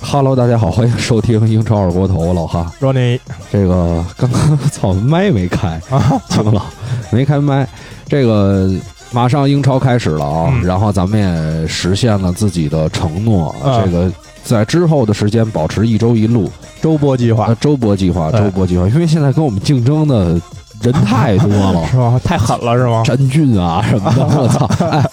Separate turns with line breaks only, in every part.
Hello，大家好，欢迎收听英超二锅头，我老哈。
Ronnie
这个刚刚操麦没开，
啊，
听了 没开麦？这个马上英超开始了啊，
嗯
然后咱们也实现了自己的承诺，
啊
这个在之后的时间保持一周一路，
周播计划
呃，周播计划，
哎
周播计划，因为现在跟我们竞争的人太多了，
是吧？太狠了是吗？
詹俊啊什 么的，我操！哎，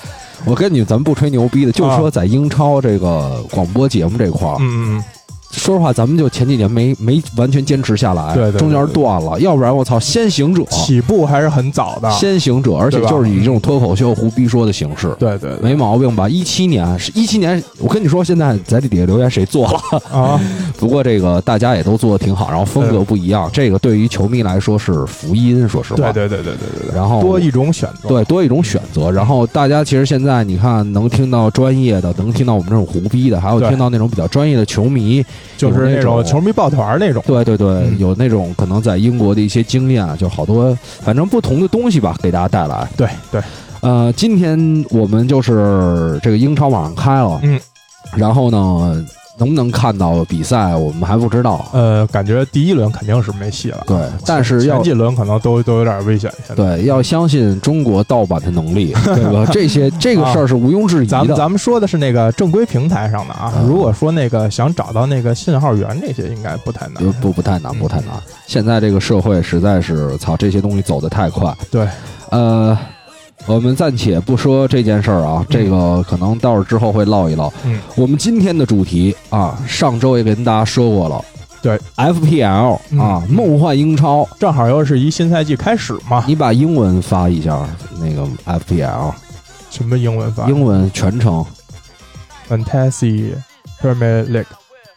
我跟你们咱们不吹牛逼的，就
啊
说在英超这个广播节目这块儿，啊
嗯嗯
说实话，咱们就前几年没没完全坚持下来，
对对对
中间断了，要不然我操，先行者
嗯，，起步还是啊很早的，
先行者，而且
对吧
就是以这种脱口秀胡逼说的形式，
对对对
没毛病吧？一七年是一七年，我跟你说，现在在这底下留言谁做 了？
啊，
不过这个大家也都做的挺好，然后风格不一样，这个对于球迷来说是福音，说实话。
对对对对对对对，
然后
多一种选择，
对，多一种选择。然后大家其实现在你看，能听到专业的，能听到我们这种胡逼的，还有
对
听到那种比较专业的球迷。
就是那
有那种
种球迷抱团那种，
对对对，
嗯
有那种可能在英国的一些经验，啊就好多反正不同的东西吧，给大家带来。
对对，
呃，今天我们就是这个英超马上开了，
嗯，
然后呢，能不能看到比赛，我们还不知道。
呃，感觉第一轮肯定是没戏了，
对，但是要
前几轮可能都都有点危险，现在
对要相信中国盗版的能力，对吧？这些这个事儿是毋庸置疑的。
咱们咱们说的是那个正规平台上的啊
啊，
如果说那个想找到那个信号源这些，应该不太难。
呃不不太难，
嗯
不太难。现在这个社会实在是操，这些东西走得太快。
对，
呃，我们暂且不说这件事儿啊，这个可能到时候之后会唠一唠。
嗯，
我们今天的主题啊，上周也跟大家说过了。
对
，FPL 啊，
嗯
梦幻英超，
正好又是一新赛季开始嘛，
你把英文发一下，那个 FPL
什么英文翻
英文全称
Fantasy Premier League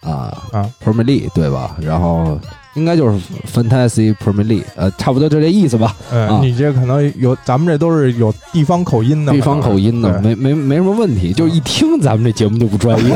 啊
啊
Premier League 对吧？然后应该就是 Fantasy Premier League，呃，差不多就这意思吧。啊
嗯，你这可能有，咱们这都是有地方口音的嘛，
地方口音的，
对嗯
没没没什么问题，就是一听咱们这节目就不专 业。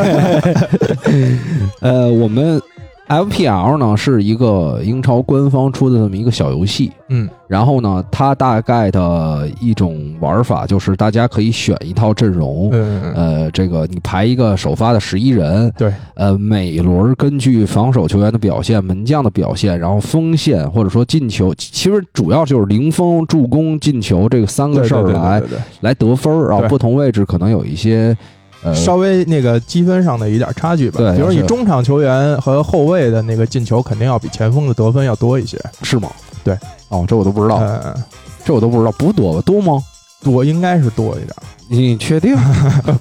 呃，我们 FPL 呢是一个英超官方出的这么一个小游戏，
嗯
然后呢，它大概的一种玩法就是大家可以选一套阵容。
嗯嗯
呃，这个你排一个首发的十一人，
对，
呃，每一轮根据防守球员的表现、门将的表现，然后锋线或者说进球，其其实主要就是零封、助攻、进球这个三
对
个事儿
对对
来呃
对对
来得分儿，然后
对
不同位置可能有一些呃
对，稍微那个积分上的一点差距吧。
对
比如你
是
中场球员和后卫的那个进球，肯定要比前锋的得分要多一些。
是吗？
对，
哦，这我都不知道，
嗯，嗯
这我都不知道，不多吧？多吗？
多应该是多一点，
你确 定？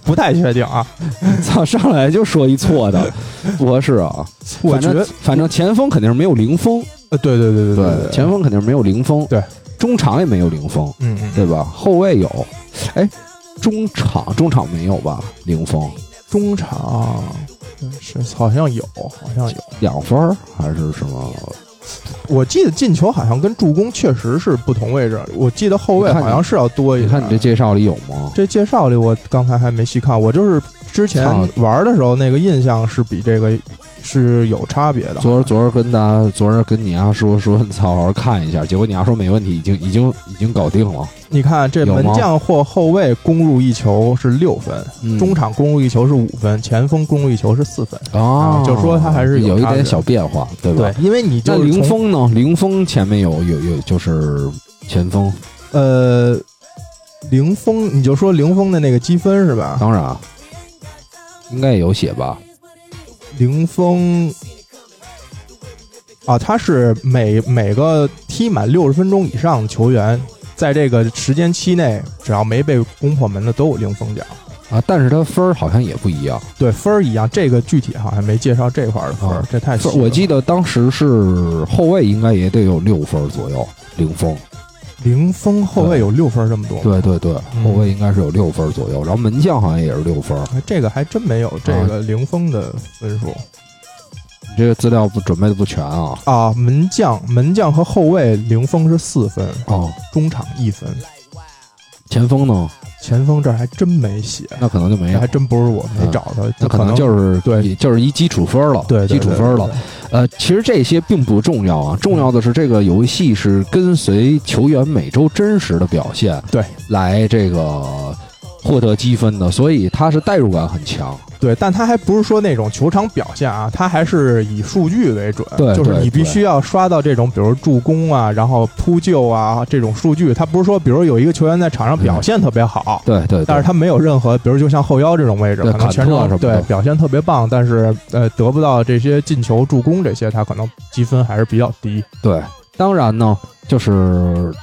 不太确定啊。
操，上来就说一错的，不合适啊！
我
反
觉
正
得，
反正前锋肯定是没有零封，
呃对对对对
前，锋肯定是没有零封，
对，
中场也没有零封，
嗯嗯，
对吧？后卫有，哎，中场中场没有吧？零封
中场是好像有，好像有。
两分儿还是什么？
我记得进球好像跟助攻确实是不同位置，我记得后卫
你看
好
你
像是要多一
你
点。
看你这介绍里有吗？
这介绍里，我刚才还没细看，我就是之前
操
玩的时候那个印象是比这个是有差别的。
昨儿昨儿跟大家昨儿跟你丫说说，你好好看一下，结果你丫说没问题，已经已经已经搞定了。
你看这
有吗
门将或后卫攻入一球是六分，
嗯
中场攻入一球是五分，前锋攻入一球是四分。
哦
啊，就说它还是有
有一
差
点
别
小变化，对吧？，
因为你
那
就是
零
从
封呢？零封前面有有有就是前锋，
呃零封，你就说零封的那个积分是吧？
当然啊应该也有写吧？
零封啊，他是每每个踢满六十分钟以上的球员，在这个时间期内，只要没被攻破门的都有零封奖。
啊，但是他分儿好像也不一样。
对分儿一样，这个具体好像没介绍这块儿的分儿，
啊
这太细
分
了
儿我记得当时是后卫应该也得有六分儿左右，零封。
哦零封后卫有六分儿这么多，，
对对对，
嗯
后卫应该是有六分儿左右，然后门将好像也是六分儿。
哎这个还真没有
啊
这个零封的分数
你这个资料不准备的不全啊？
啊。门将门将和后卫零封是四分，
哦，
中场一分，
前锋呢？
前锋这儿还真没写，
那可能就没
这
有
哎还。真不是我没
嗯
找到，
那可能就是
对
也就是一基础分儿了，
对
基础分儿了。，呃，其实这些并不重要啊，重要的是这个游戏是跟随球员每周真实的表现，
对，
来这个获得积分的，所以他是代入感很强。
对，但他还不是说那种球场表现啊，他还是以数据为准，
对
就是
对
你必
对
须要刷到这种，比如助攻啊，然后扑救啊这种数据。他不是说，比如有一个球员在场上表现特别好，
嗯对对，对
但是他没有任何，比如就像后腰这种位置，
对
可能全
坎特
场
什么的
对表现特别棒，但是呃得不到这些进球、助攻这些，他可能积分还是比较低。
对，当然呢，就是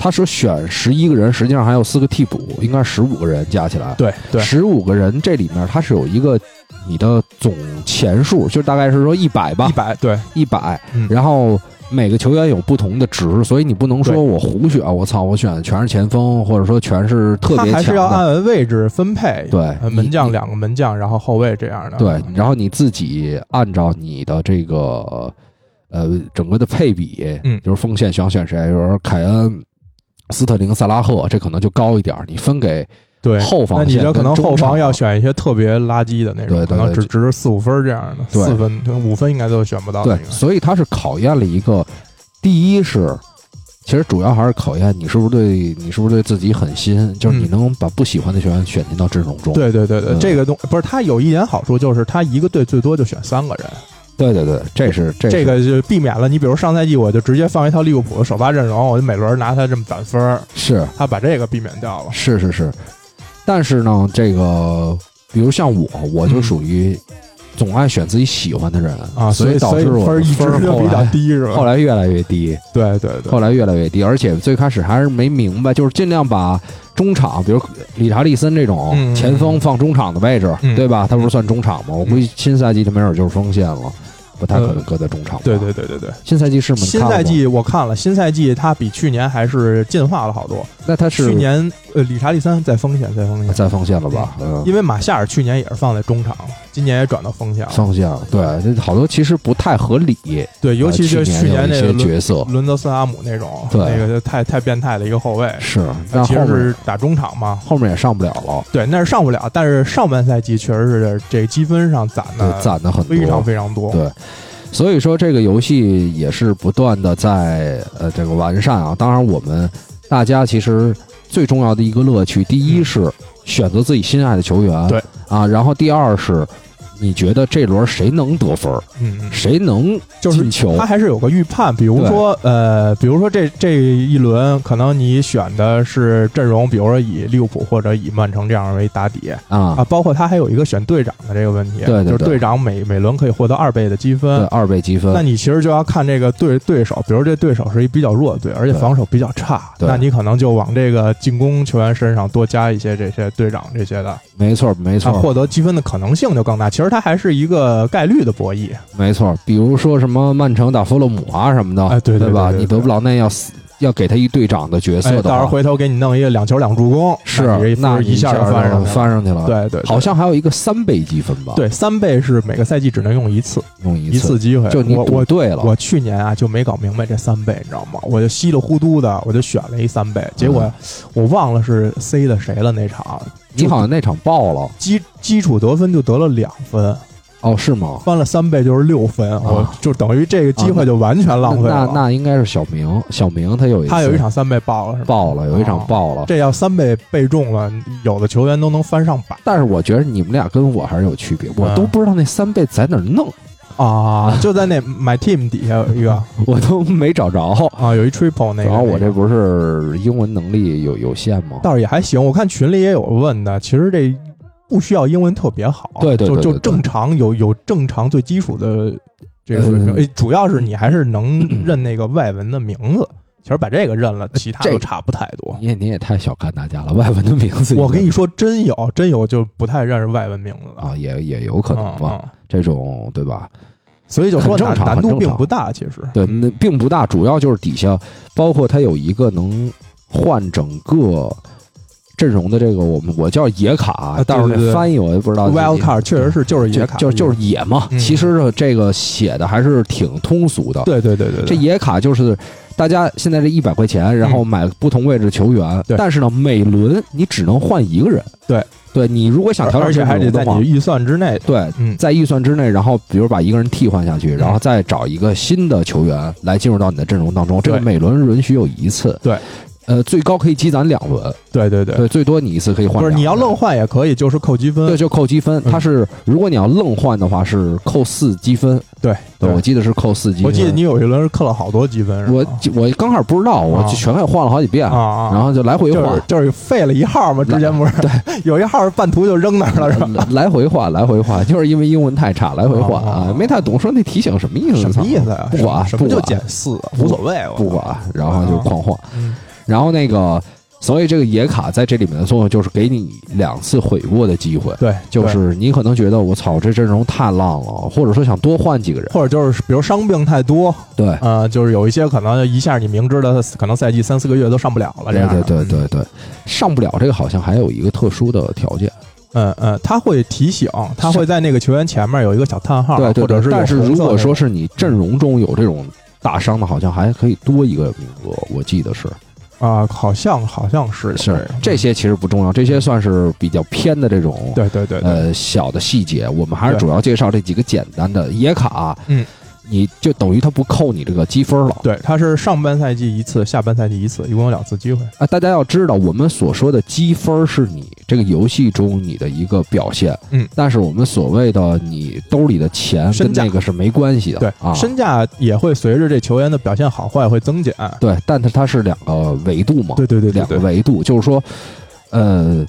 他是选十一个人，实际上还有四个替补，应该十五个人加起来。
对对
十五个人这里面它是有一个你的总钱数，就大概是说一百吧
一，百对
一百、
嗯
然后。每个球员有不同的值，所以你不能说我胡选，我操，我选的全是前锋，或者说全是特
他
别
还
强
是要
的。
按位置分配，
对
呃门将啊两个门将，然后后卫这样的。
对，然后你自己按照你的这个呃整个的配比，
嗯
就是锋线想选谁，比如说凯恩、斯特林、萨拉赫，这可能就高一点儿，你分给
对，
后防
那你
线
这
跟
可能
中
后
场啊
防要选一些特别垃圾的那种，
对对
可能
对
只值四五分这样的，
对
四分五分应该都选不到的。
对，
应该
所以它是考验了一个，第一是。其实主要还是考验你是不是对你是不是对自己狠心，就是你
嗯
能把不喜欢的球员选进到阵容中。
对对对对，
嗯
这个东不是他有一点好处，就是他一个队最多就选三个人，
对对对，这是这
这
是
个就避免了你比如上赛季我就直接放一套利物浦的首发阵容，我就每轮拿他这么攒分儿，
是
他把这个避免掉了。
是是是，但是呢，这个比如像我，我就
嗯
属于总爱选自己喜欢的人
啊，
所
所以
导
所以
致我
分儿
的
一直
分儿
就
后
比较
来
低，是吧？
后来越来越低，
对对对
后，来越来越低，而且最开始还是没明白，就是尽量把中场，比如理查利森这种
嗯
前锋放中场的位置，
嗯
对吧？他不是算中场吗？我估计新赛季他没准就是锋线了，不太可能
呃
搁在中场吧。
对对对对对。
新赛季是吗？你
新
看了吗
赛季我看了，新赛季他比去年还是进化了好多。
那他是
去年呃，理查利森在锋线，在锋线，
在锋线了吧？嗯，
因为马夏尔去年也是放在中场，今年也转到锋线了。
锋线对，这好多其实不太合理，
对，尤其
呃
是
去
去年
有
那
一
个
些
嗯伦
角色
伦德斯阿姆那种，
对
那个就太太变态的一个后卫，
是，那
其
后
实
面
是打中场嘛。
后面也上不了了，
对，那是上不了，但是上半赛季确实是这积分上攒
对，
的
攒的很多，
啊非常非常多。
对所以说这个游戏也是不断的在呃这个完善啊。当然，我们大家其实最重要的一个乐趣，第一是选择自己心爱的球员，
嗯对
啊，然后第二是你觉得这轮谁能得分儿，
嗯，嗯
谁能
就是
进球
他，还是有个预判，比如说呃，比如说这这一轮可能你选的是阵容，比如说以利物浦或者以曼城这样为打底啊，
啊，
包括他还有一个选队长的这个问题，
对对
就是
对
队长每每轮可以获得二倍的积
对，
分。
二倍积
那
分，
你其实就要看这个对对手，比如这对手是一比较弱的队，而且
对
防守比较差，
对
那你可能就往这个进攻球员身上多加一些这些队长这些的，
没错没
那
错
获得积分的可能性就更大。其实它还是一个概率的博弈，
没错。比如说什么曼城打弗洛姆啊什么的，
哎对对对
吧？
对对
你德布劳内要死要给他一队长的角色
哎，
的
到时候
话，
回头给你弄一个两球两助攻，
是
那你这
那
分
你
一下就
就
翻上去了。
翻上去了，
对对，对
好像还有一个三倍积分吧？，
对三倍是每个赛季只能用一次，
用一
一次机会。
就你
我
赌
我
对了，
我去年啊就没搞明白这三倍，你知道吗？我就稀里糊涂的我就选了一三倍，结果
嗯
我忘了是 C 的谁了那场，
你好像那场爆了
基基础得分就得了两分，
哦，是吗？
翻了三倍就是六分，我就等于这个机会就完全浪费
啊那
了。
那应该是小明，小明他有一次
他有一场哦三倍爆了是吧？
爆了，有一场爆了。
这要三倍被中了，有的球员都能翻上百。
但是我觉得你们俩跟我还是有区别，我
嗯
都不知道那三倍在哪儿弄，
啊，就在那 My Team 底下有一个
我都没找着。
啊，有一 Triple 那个。
然后我
那
这
个
不是英文能力有有限吗？
倒是也还行，我看群里也有问的，其实这不需要英文特别好，
对对对对对
就就正常有有正常最基础的这个水平。
嗯
哎主要是你还是 能认那个外文的名字，其实把这个认了，其他
这
都差不太多。
你也你也太小看大家了，外文的名字
我跟
你
你说，真有真有就不太认识外文名字的，
啊，也也有可能吧，
嗯嗯
这种对吧？
所以就说
很正
难
常
难
很
度
正
并
常
不大，其实
对，那并不大，主要就是底下，包括它有一个能换整个阵容的这个，我们我叫野卡，
啊对
但是
对
那
对
翻译我也不知道。
Wild Card 确实是就是
就
野卡，
就就是野嘛，
嗯
其实呢这个写的还是挺通俗的。
对对对对，对嗯
这野卡就是大家现在这一百块钱，然后买不同位置球员，
对
但是呢，每轮你只能换一个人。
对，
对你如果想调
而
整
而且
阵
还
容
得
的
在
话
你，预算之内。
对，
嗯，
在预算之内，然后比如把一个人替换下去，然后再找一个新的球员来进入到你的阵容当中。这个
对
每轮允许有一次。
对，
呃，最高可以积攒两轮，
对对对，
对，最多你一次可以换两
不
轮。
是你要愣换也可以，就是扣积
对，
分。
就扣积分。
嗯
它是如果你要愣换的话，是扣四积分。
对
对，我记得是扣四积分。
我记得你有一轮是扣了好多积分，是
我
吧
我刚开始不知道，我
啊
就全给换了好几遍，
啊啊，
然后就来回
就
换
是。就是废了一号嘛，之前不是对，有一号半途就扔那儿了，是吧？
来呃来回换，来回换，就是因为英文太差，来回换
啊啊
啊
啊，
没太懂。说那提醒什么意思？
什么意思啊？
不管
什么
不
就
管
减四啊，无所谓，我
不管，然后就狂换。
嗯
然后那个，所以这个野卡在这里面的作用就是给你两次悔过的机会，
对，
就
对
是你可能觉得我操这阵容太烂了，或者说想多换几个人，
或者就是比如伤病太多，
对，
呃，就是有一些可能一下你明知道他可能赛季三四个月都上不了了，这
对
样
对
的
对，对对，上不了这个好像还有一个特殊的条件，
嗯嗯，嗯他会提醒，他会在那个球员前面有一个小叹号，
对对
或者
对。
是有
但是
红色
如果
那
说
种
是你阵容中有这种大伤的，好像还可以多一个名额，我记得是
啊，好像好像是有
是
个
这些其实不重要，这些算是比较偏的这种
对对对对，
呃小的细节，我们还是
对
主要介绍这几个简单的野卡，啊
嗯，
你就等于它不扣你这个积分了。
对，他是上半赛季一次，下半赛季一次，一共有两次机会。
啊，大家要知道，我们所说的积分是你这个游戏中你的一个表现，
嗯
但是我们所谓的你兜里的钱跟
身价
那个是没关系的，
对，
啊，
身价也会随着这球员的表现好坏会增减。
对，但它它是两个维度嘛，
对对对对
哦两个
对，
维度，就是说，呃，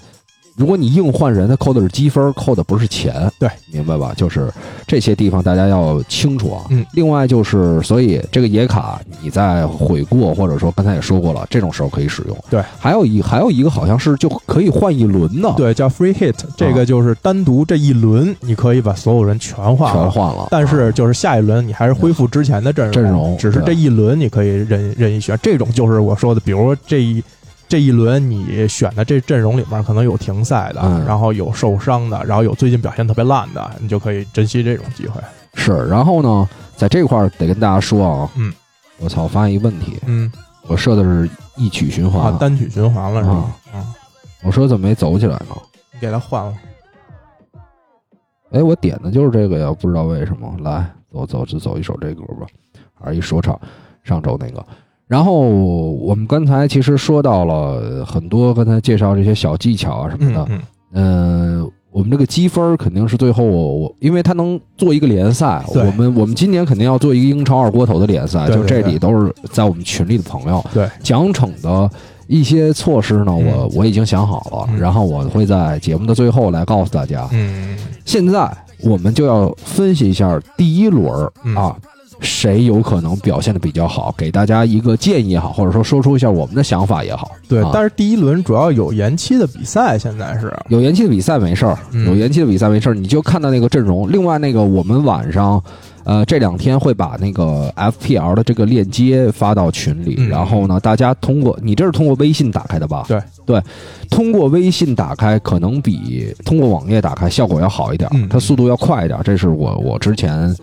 如果你硬换人，他扣的是积分，扣的不是钱，
对，
明白吧？就是这些地方大家要清楚啊。
嗯
另外就是，所以这个野卡你在悔过或者说刚才也说过了，这种时候可以使用。
对，
还有一还有一个好像是就可以换一轮的，，
对，叫 free hit，这
啊
个就是单独这一轮你可以把所有人全换
全
了，
换了。
但是就是下一轮你还是恢复之前的阵容，
阵容
只是
对
这一轮你可以任任意选。这种就是我说的，比如说这一。这一轮你选的这阵容里面可能有停赛的，
嗯
然后有受伤的，然后有最近表现特别烂的，你就可以珍惜这种机会。
是，然后呢，在这块儿得跟大家说啊，
嗯，
我操，发现一问题，
嗯，
我设的是一曲循环
啊，，单曲循环了是吧？嗯，
我说怎么没走起来呢？
你给他换了。
哎，我点的就是这个呀，不知道为什么。来，走走，就走一首这歌吧，还是一说唱，上周那个。然后我们刚才其实说到了很多，刚才介绍这些小技巧啊什么
嗯
的。
嗯，
嗯、我们这个积分儿肯定是最后我我，因为它能做一个联赛，
对
我们我们今年肯定要做一个英超二锅头的联赛，
对对
就这里都是在我们群里的朋友。
对，
奖惩的一些措施呢，我、我已经想好了，
嗯
然后我会在节目的最后来告诉大家。
嗯，
现在我们就要分析一下第一轮儿
嗯
啊，谁有可能表现的比较好，给大家一个建议也好，或者说说出一下我们的想法也好。
对
啊，
但是第一轮主要有延期的比赛，现在是，
有延期的比赛没事儿，
嗯
有延期的比赛没事儿，你就看到那个阵容。另外，那个我们晚上，呃，这两天会把那个 FPL 的这个链接发到群里，
嗯
然后呢，大家通过你这是通过微信打开的吧？
对
对，通过微信打开可能比通过网页打开效果要好一点，
嗯
它速度要快一点，这是我我之前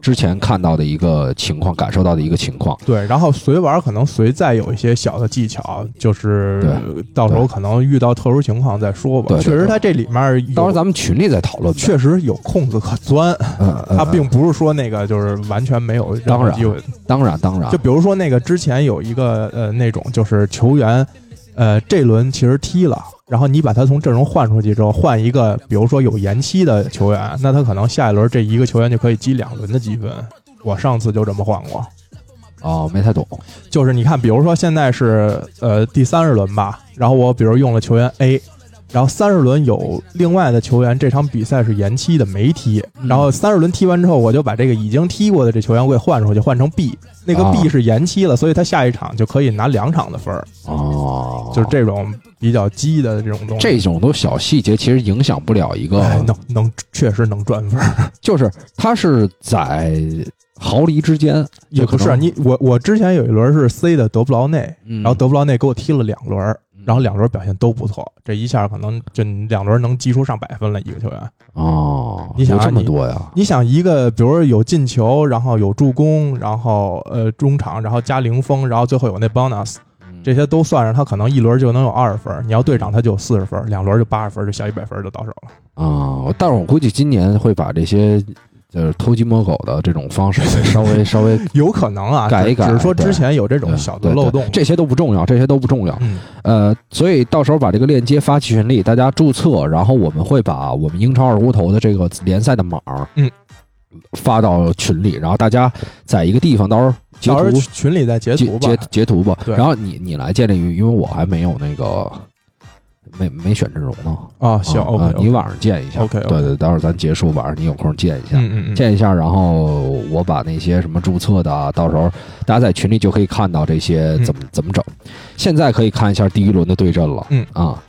之前看到的一个情况，感受到的一个情况。
对，然后随玩可能随再有一些小的技巧，就是到时候可能遇到特殊情况再说吧。
对对
确实，它这里面有
到时候咱们群里再讨论呗。
确实有空子可 钻，
嗯，嗯
它
嗯
并不是说那个就是完全没有任
当
何
然啊
机会。
当然当然
就比如说那个之前有一个呃那种就是球员，呃这轮其实踢了，然后你把他从阵容换出去之后，换一个比如说有延期的球员，那他可能下一轮这一个球员就可以积两轮的积分。我上次就这么换过，
哦，没太懂。
就是你看，比如说现在是呃第三十轮吧，然后我比如用了球员 A。然后三十轮有另外的球员，这场比赛是延期的，没踢。
嗯
然后三十轮踢完之后，我就把这个已经踢过的这球员我给换出去，换成 B。那个
啊
B 是延期了，所以他下一场就可以拿两场的分儿。
哦，
就是这种比较鸡的这种东西，
这种都小细节，其实影响不了一个，
哎能能确实能赚分儿。
就是它是在毫厘之间，
也不
就可
是啊
能
你我我之前有一轮是 C 的德布劳内，
嗯
然后德布劳内给我踢了两轮儿
嗯，
然后两轮表现都不错，这一下可能就你两轮能击出上百分了一个球员。
哦，
你想啊
有这么
你
多呀？
你想一个，比如说有进球，然后有助攻，然后呃中场，然后加零封，然后最后有那 bonus，这
嗯
些都算上，他可能一轮就能有二十分。你要对上他就有四十 分，两轮就八十分，就小一百分就到手了。
啊、但是我估计今年会把这些就是偷鸡摸狗的这种方式， 稍微稍微
有可能啊，
改一改
只是说
对
之前有这种
对
小的
对
漏
对
洞，
这些都不重要，这些都不重要。
嗯
呃，所以到时候把这个链接发群里，大家注册，然后我们会把我们英超二锅头的这个联赛的码儿，
嗯，
发到群里，然后大家在一个地方到时候截
到时候
图
群里再截
截
图吧
截，截图吧，
对
然后你你来建立，因为我还没有那个没没选阵容呢。
啊，行
啊
，OK，
啊你晚上见一下
OK，OK
对对，待会儿咱结束晚上你有空见一下。
嗯嗯嗯，
见一下，然后我把那些什么注册的啊，到时候大家在群里就可以看到这些
嗯
怎么、怎么整。现在可以看一下第一轮的对阵了，
嗯
啊，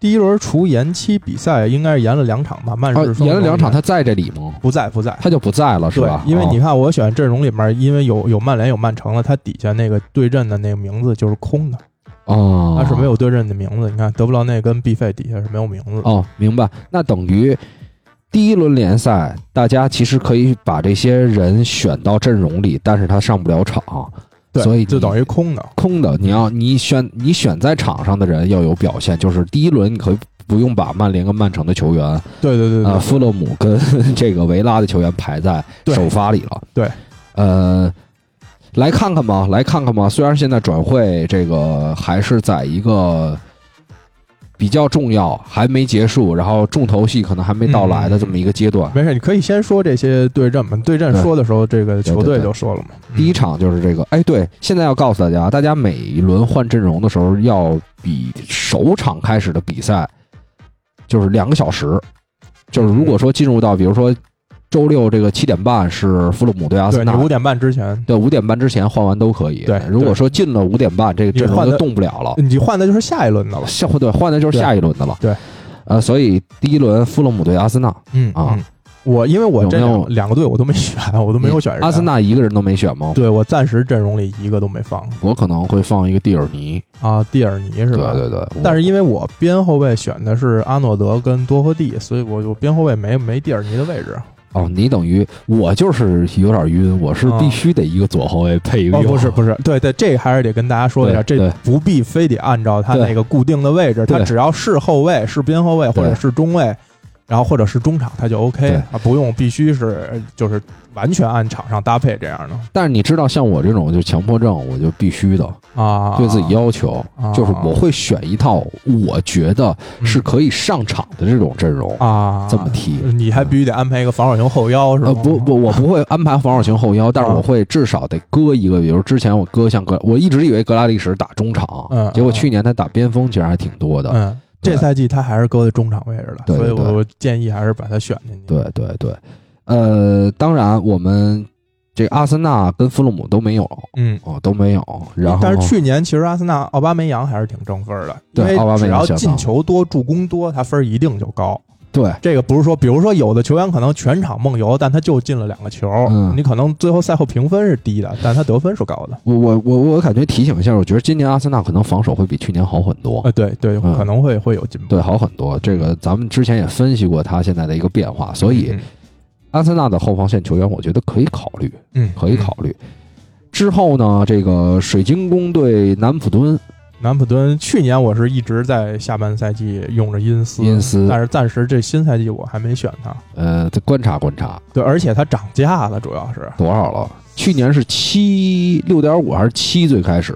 第一轮除延期比赛，应该是延了两场吧，曼
啊
市双
延了两场，
龙
他在这里吗？
不在不在，
他就不在了是
对
吧，？
因为
哦
你看我选阵容里面，因为有有曼联有曼城了，它底下那个对阵的那个名字就是空的，
哦，
它是没有对阵的名字。你看德布劳内跟毕费底下是没有名字的，
哦，明白。那等于第一轮联赛，大家其实可以把这些人选到阵容里，但是他上不了场，
对，
所以
就
你
等于空的。
空的。你要你选你选在场上的人要有表现，就是第一轮你可以不用把曼联跟曼城的球员
对对对对
啊，富勒姆跟 这个维拉的球员排在
对
首发里了。
对，
呃，来看看吧，来看看吧。虽然现在转会这个还是在一个比较重要、还没结束，然后重头戏可能还没到
嗯
来的这么一个阶段。
没事，你可以先说这些对阵嘛。对阵
对
说的时候，这个
对
球
对
队
对
就说了嘛。
第一场就是这个，哎，对，现在要告诉大家，大家每一轮换阵容的时候，要比首场开始的比赛就是两个小时，就是如果说进入到，比如说周六这个七点半是弗洛姆对阿
嗯，对
森
你
纳
五，点半之前，
对，五点半之前换完都可以。
对
如果说进了五点半，这个阵容
你换
就
的
动不了了。
你换的就是下一轮的了。
下对换的就是
对
下一轮的了。
对，
呃，所以第一轮弗洛姆对阿森纳，
嗯
啊
嗯我因为我这
有没有
两两个队我都没选，我都没有选人
阿森。纳一个人都没选吗？
哎对我暂时阵容里一个都没放
我可能会放一个蒂尔尼，
啊，蒂尔尼是
对
吧？
对对。
但
是
是因为我边后卫选的是阿诺德跟多赫蒂，所以我就边后卫没没蒂尔尼的位置。
哦，你等于我就是有点晕，我是
啊
必须得一个左后卫配一个
哦，
右
不
后
是
卫。
不是，对对，这还是得跟大家说一下，
对
这
对
不必非得按照他
对
那个固定的位置，
对
他只要是后卫、是边后卫或
对
者是中卫，然后或者是中场，他就 OK
对
啊，不用必须是就是完全按场上搭配这样的
但是你知道，像我这种就强迫症，我就必须的
啊，
对自己要求，
啊嗯
就是我会选一套我觉得是可以上场的这种阵容，
啊
这么踢。
你还必须得安排一个防守型后腰是吧？
呃，不不，我不会安排防守型后腰，但是
啊
我会至少得搁一个，比如之前我搁像格，我一直以为格拉利什打中场，
嗯
结果去年他打边锋其实还挺多的。
嗯，
对
这赛季他还是搁在中场位置的，
对对
所以
对
我我建议还是把他选进去。
对对对，呃，当然我们这阿森纳跟弗洛姆都没有
嗯。
哦，都没有。然后，
但是去年其实阿森纳奥巴梅扬还是挺争分的，
对
因为
奥巴梅
只
扬
要
相当
进球多、助攻多，他分儿一定就高。
对
这个不是说，比如说有的球员可能全场梦游，但他就进了两个球，
嗯
你可能最后赛后评分是低的，但他得分是高的。
我我我我感觉提醒一下，我觉得今年阿森纳可能防守会比去年好很多。
呃，对对，
嗯
可能会会有进步。
对，好很多。这个咱们之前也分析过他现在的一个变化，所以
嗯，
阿森纳的后防线球员，我觉得可以考虑。
嗯，
可以考虑。之后呢，这个水晶宫对南普敦，
嗯。南普敦去年我是一直在下半赛季用着因斯，
因斯
嗯但是暂时这新赛季我还没选他。
呃，再观察观察
对，而且他涨价了，主要是
多少了？去年是七六点五还是七？最开
哦
始，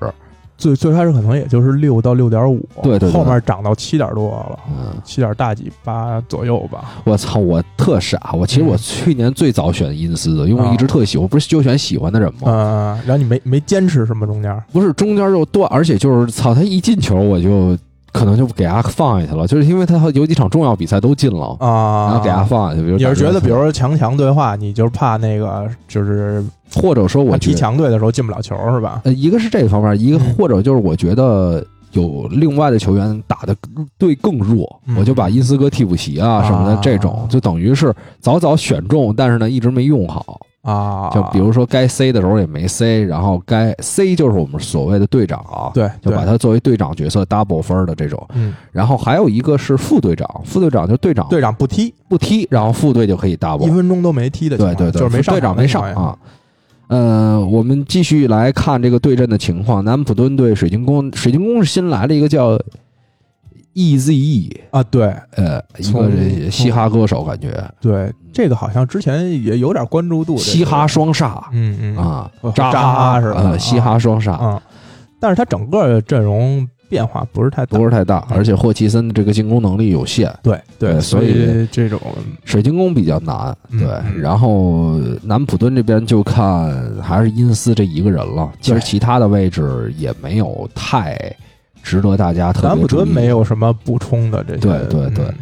最最开始可能也就是六到六点五，
对对对
后面涨到七点多了，
嗯，
七点大几八左右吧。
我操，我特傻，我其
嗯
实我去年最早选因斯的，因
哦
为我一直特喜欢，不是就选喜欢的人吗？
嗯，然后你没没坚持什么中间，
不是中间又断，而且就是操，他一进球我就可能就给他放下去了，就是因为他有几场重要比赛都进了，然
啊，
后给他放下去。比如
你是觉
打
得，
热
比
刺
如说强强对话，你就是怕那个就是
或者说我
他
觉
踢
得
强队的时候进不了球是吧？
呃，一个是这方面，一个
嗯
或者就是我觉得有另外的球员打的队更弱，
嗯
我就把因斯哥替补席啊什么的
啊
这种，就等于是早早选中，但是呢一直没用好。
啊，
就比如说该 C 的时候也没 C，然后该 C 就是我们所谓的队长啊，
对，
就把
对
他作为队长角色 double 分儿的这种。
嗯，
然后还有一个是副队长，副队长就队长
队长不踢，
不踢，然后副队就可以
一
double。
分钟都没踢的情
对
况，
啊对对，
就是没上
队长没上
场的情况下。
啊。呃，我们继续来看这个对阵的情况。南普敦对水晶宫，水晶宫是新来了一个叫 E Z E，
啊，对
呃，一个
从
这嘻哈歌手，感觉
对，这个好像之前也有点关注度，这个
嘻哈，双煞
嗯嗯，
啊
哦，
扎
扎哈是吧
呃，嘻哈双煞
啊，但是他整个阵容变化不是太大
不，是太大，
嗯
而且霍奇森的这个进攻能力有限，
对对，
对嗯所
所
以
以这种
水晶宫比较难，
嗯
对。
嗯
然后南普敦这边就看还是因斯这一个人了，其实
对
其他的位置也没有太值得大家特别
南普
注
敦
意
没有什么补充的这些，
对对对
嗯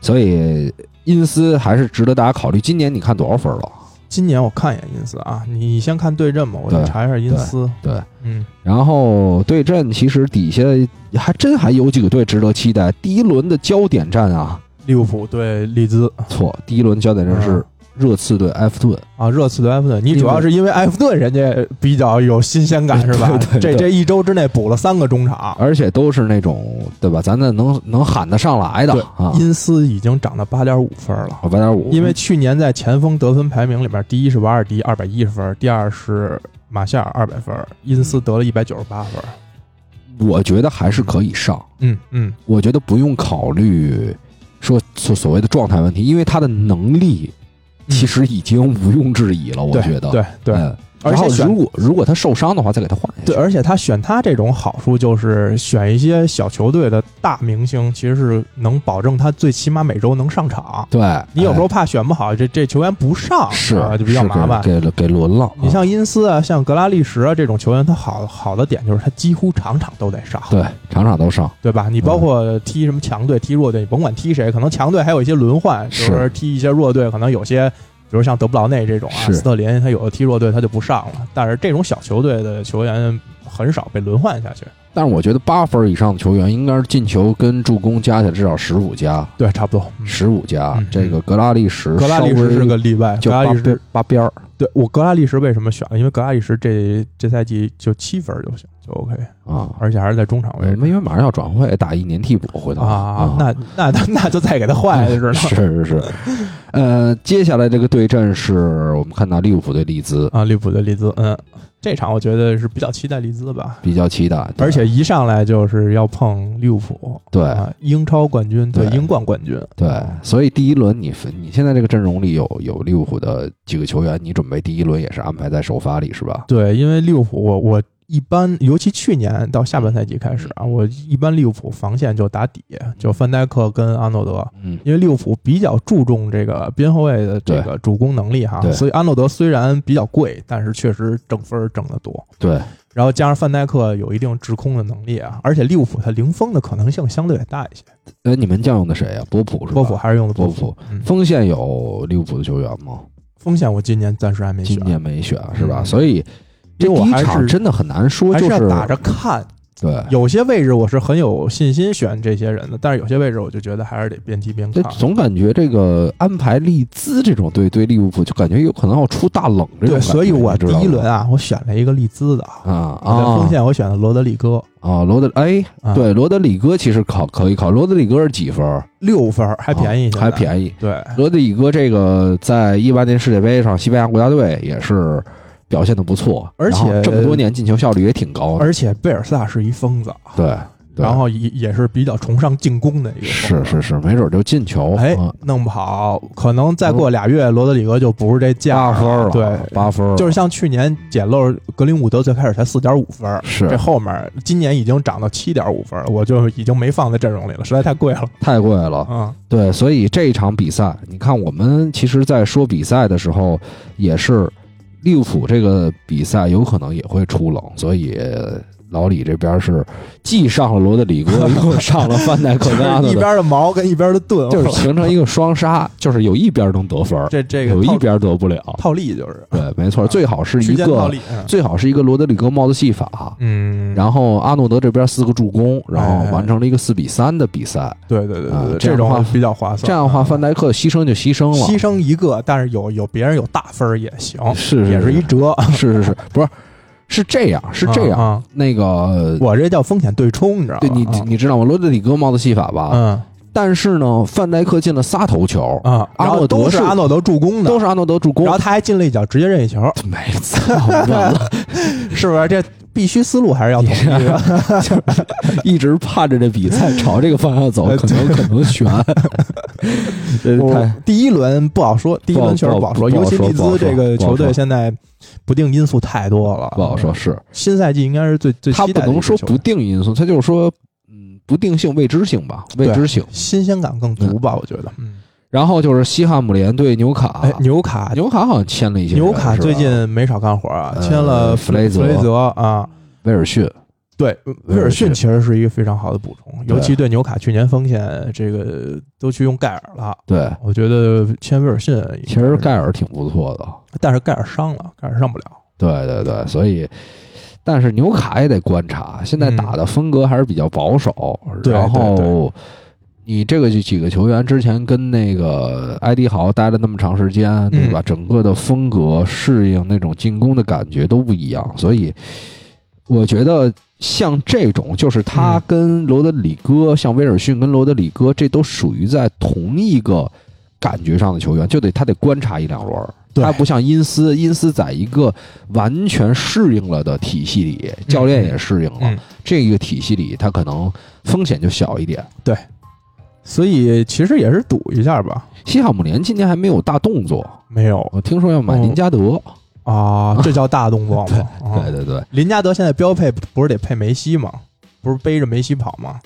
所以因斯还是值得大家考虑。今年你看多少分了？
今年我看一眼因斯啊，你先看对阵吧，我
对
先查一下因斯。
对，
嗯，
然后对阵其实底下还真还有几个队值得期待。第一轮的焦点战啊，
利物浦对利兹
错，第一轮焦点战是
嗯
热刺对埃弗顿。
啊，热刺对埃弗顿，你主要是因为埃弗顿人家比较有新鲜感是吧？
对对啊对
这这一周之内补了三个中场，
而且都是那种对吧？咱那能能喊得上来的
对
啊，
因斯已经涨到八点五分了。
八点五，
因为去年在前锋得分排名里面，第一是瓦尔迪二百一十分，第二是马夏尔二百分，因斯得了一百九十八分。
我觉得还是可以上。
嗯嗯，
我觉得不用考虑说所所谓的状态问题，因为他的能力其实已经毋庸置疑了。我
嗯对
觉得，
对对，
嗯
而
然后
且选
如果如果他受伤的话，再给他换下去。
对，而且他选他这种好处就是选一些小球队的大明星，其实是能保证他最起码每周能上场。
对，
你有时
哎
候怕选不好，这这球员不上
是
啊，就比较
是
麻烦。
给给给轮了。
你
啊
像因斯啊，像格拉利什啊这种球员，他好好的点就是他几乎场场都得上，
对场场都上，
对吧？你包括踢什么强队、踢弱队，你甭管踢谁，可能强队还有一些轮换，就是是踢一些弱队，可能有些，比如像德布劳内这种啊，
是
斯特林他有的踢弱队他就不上了，但是这种小球队的球员很少被轮换下去。
但是我觉得八分以上的球员应该是进球跟助攻加起来至少十五加，
对，差不多。嗯
十五加。
嗯
这个格拉利什，
格拉利什是个例外，
就
格拉
八
利什
边八边儿
对我格拉利什为什么选？因为格拉利什这这赛季就七分就行，就 OK，
啊。
而且还是在中场位置
因为马上要转会，打一年替补回头
啊。 那那 那那就再给他换下去了
嗯是是是，呃，接下来这个对阵是我们看到利物浦对利兹，
啊。利物浦的利兹，嗯，这场我觉得是比较期待利兹吧，
比较期待。对
而且一上来就是要碰利物浦，
对
啊，英超冠军对
对
英冠冠军，
对，所以第一轮你你现在这个阵容里有有利物浦的几个球员，你准备第一轮也是安排在首发里是吧？
对，因为利物浦我我。一般，尤其去年到下半赛季开始
嗯
啊，我一般利物浦防线就打底，就范戴克跟阿诺德，
嗯，
因为利物浦比较注重这个边后卫的这个主攻能力哈
对，
所以安诺德虽然比较贵，但是确实挣分儿挣得多。
对，
然后加上范戴克有一定制空的能力啊，而且利物浦他零封的可能性相对也大一些。
呃，你们将用的谁呀、波普是吧？
波普还是用的
波
波
普，
嗯
锋线有利物浦的球员吗？
锋线我今年暂时还没选
今，年没选是吧？
嗯
所以这
因为我
第一
还
场
是
真的很难说，
还
就是
要打着看。
对。
有些位置我是很有信心选这些人的，但是有些位置我就觉得还是得边踢边
这
看。
总感觉这个安排利兹这种队对利物浦，就感觉有可能要出大冷这种
对，
感觉。
所以我
你
第
知道
一轮
吗
啊，我选了一个利兹的啊，
啊
我在
啊
锋线我选了罗德里戈，
啊，罗德哎，
啊
对，罗德里戈其实考可以考，罗德里戈是几分儿？
六分儿还便宜，
啊还
宜。
便宜。
对，
罗德里戈这个在一八年世界杯上，西班牙国家队也是表现的不错，
而且
然后这么多年进球效率也挺高的。
而且贝尔萨是一疯子，
对，对
然后也也是比较崇尚进攻的一个
是
疯子。
是是，没准就进球。
哎
嗯，
弄不好可能再过俩月，罗德里戈就不是这价
八分儿了，
对，
八分儿了，
就是像去年捡漏格林伍德最开始才四点五分儿，
是
这后面今年已经涨到七点五分儿了，我就已经没放在阵容里了，实在太贵了。
太贵了。
嗯，
对，所以这一场比赛，你看我们其实，在说比赛的时候，也是利物浦这个比赛有可能也会出冷，所以老李这边是既上了罗德 里戈，又上了范戴克
就
跟阿
是
诺
一
德，
边的毛跟一边的盾，
就是形成一个双杀，就是有一边能得分，
这这个
有
套
一边得不了。
套利就是
对，没错，最好是
区
一
间套
个
利，嗯
最好是一个罗德里戈帽子戏法，
嗯，哎
然后阿诺德这边四个助攻，然后完成了一个四比三的比赛。
对对对
啊
对对，
这样的话
种比较划算。
这样的话，
嗯
范戴克牺牲就牺牲了，
牺牲一个，但是有有别人有大分儿也行，
是
也
是
是一折，
是是是，不是是这样是这样，
啊啊
那个
我这叫风险对冲，你知道吗？
对你你知道吗？罗德里戈帽子戏法吧，
嗯
但是呢，范戴克进了仨头球，
嗯，
阿
然
诺
后
德
都是
是
阿诺德助攻的，啊
都是阿诺德助攻
然后，他还进了一脚直接任意球，
没错，完了
是不是？这必须思路还是要统一的。
一直盼着这比赛朝这个方向走，
哎
可能可能 悬。这
我
太
哦第一轮不好说，第一轮确实
不
不
好
好说，
不好
尤其
说
利
不好
兹这
说
个
不好
球队
说
现在不定因素太多了，嗯
不好说，。是
新赛季应该是最最
他
期
不
待的一
能
支
说
球队
不定因素，他就是说，嗯，不定性、未知性吧，未知性。
新鲜感更足吧，我觉得。嗯，
然后就是西汉姆联对纽卡，
哎，纽卡，
啊纽卡好像签了一些人，
纽卡
是吧
最近没少干活啊，
呃
签了
弗雷泽呃
弗雷泽啊，
威尔逊，
对，
威
威
尔
尔
逊
逊其实是一个非常好的补充，尤其对纽卡去年锋线这个都去用盖尔了，
对，
我觉得签威尔逊应该是
其实盖，尔挺不错的，
但是盖尔伤了，盖尔上不了。
对对对，所以。但是纽卡也得观察，现在
嗯
打的风格还是比较保守。
对
然
对对
后你这个几个球员之前跟那个埃迪豪待了那么长时
嗯
间，对吧？整个的风格适应那种进攻的感觉都不一样，所以我觉得像这种，就是他
嗯
跟罗德里戈，像威尔逊跟罗德里戈，这都属于在同一个感觉上的球员，就得他得观察一两轮儿。
对
他不像因斯，因斯在一个完全适应了的体系里，教练也适应了、
嗯
这个体系里，他可能风险就小一点。
所以其实也是赌一下吧，
西汉姆联今年还没有大动作，
没有
我听说要买林加德。
啊，这叫大动作吗？哦 啊
对对对，
林加德现在标配不是得配梅西吗？不是背着梅西跑吗？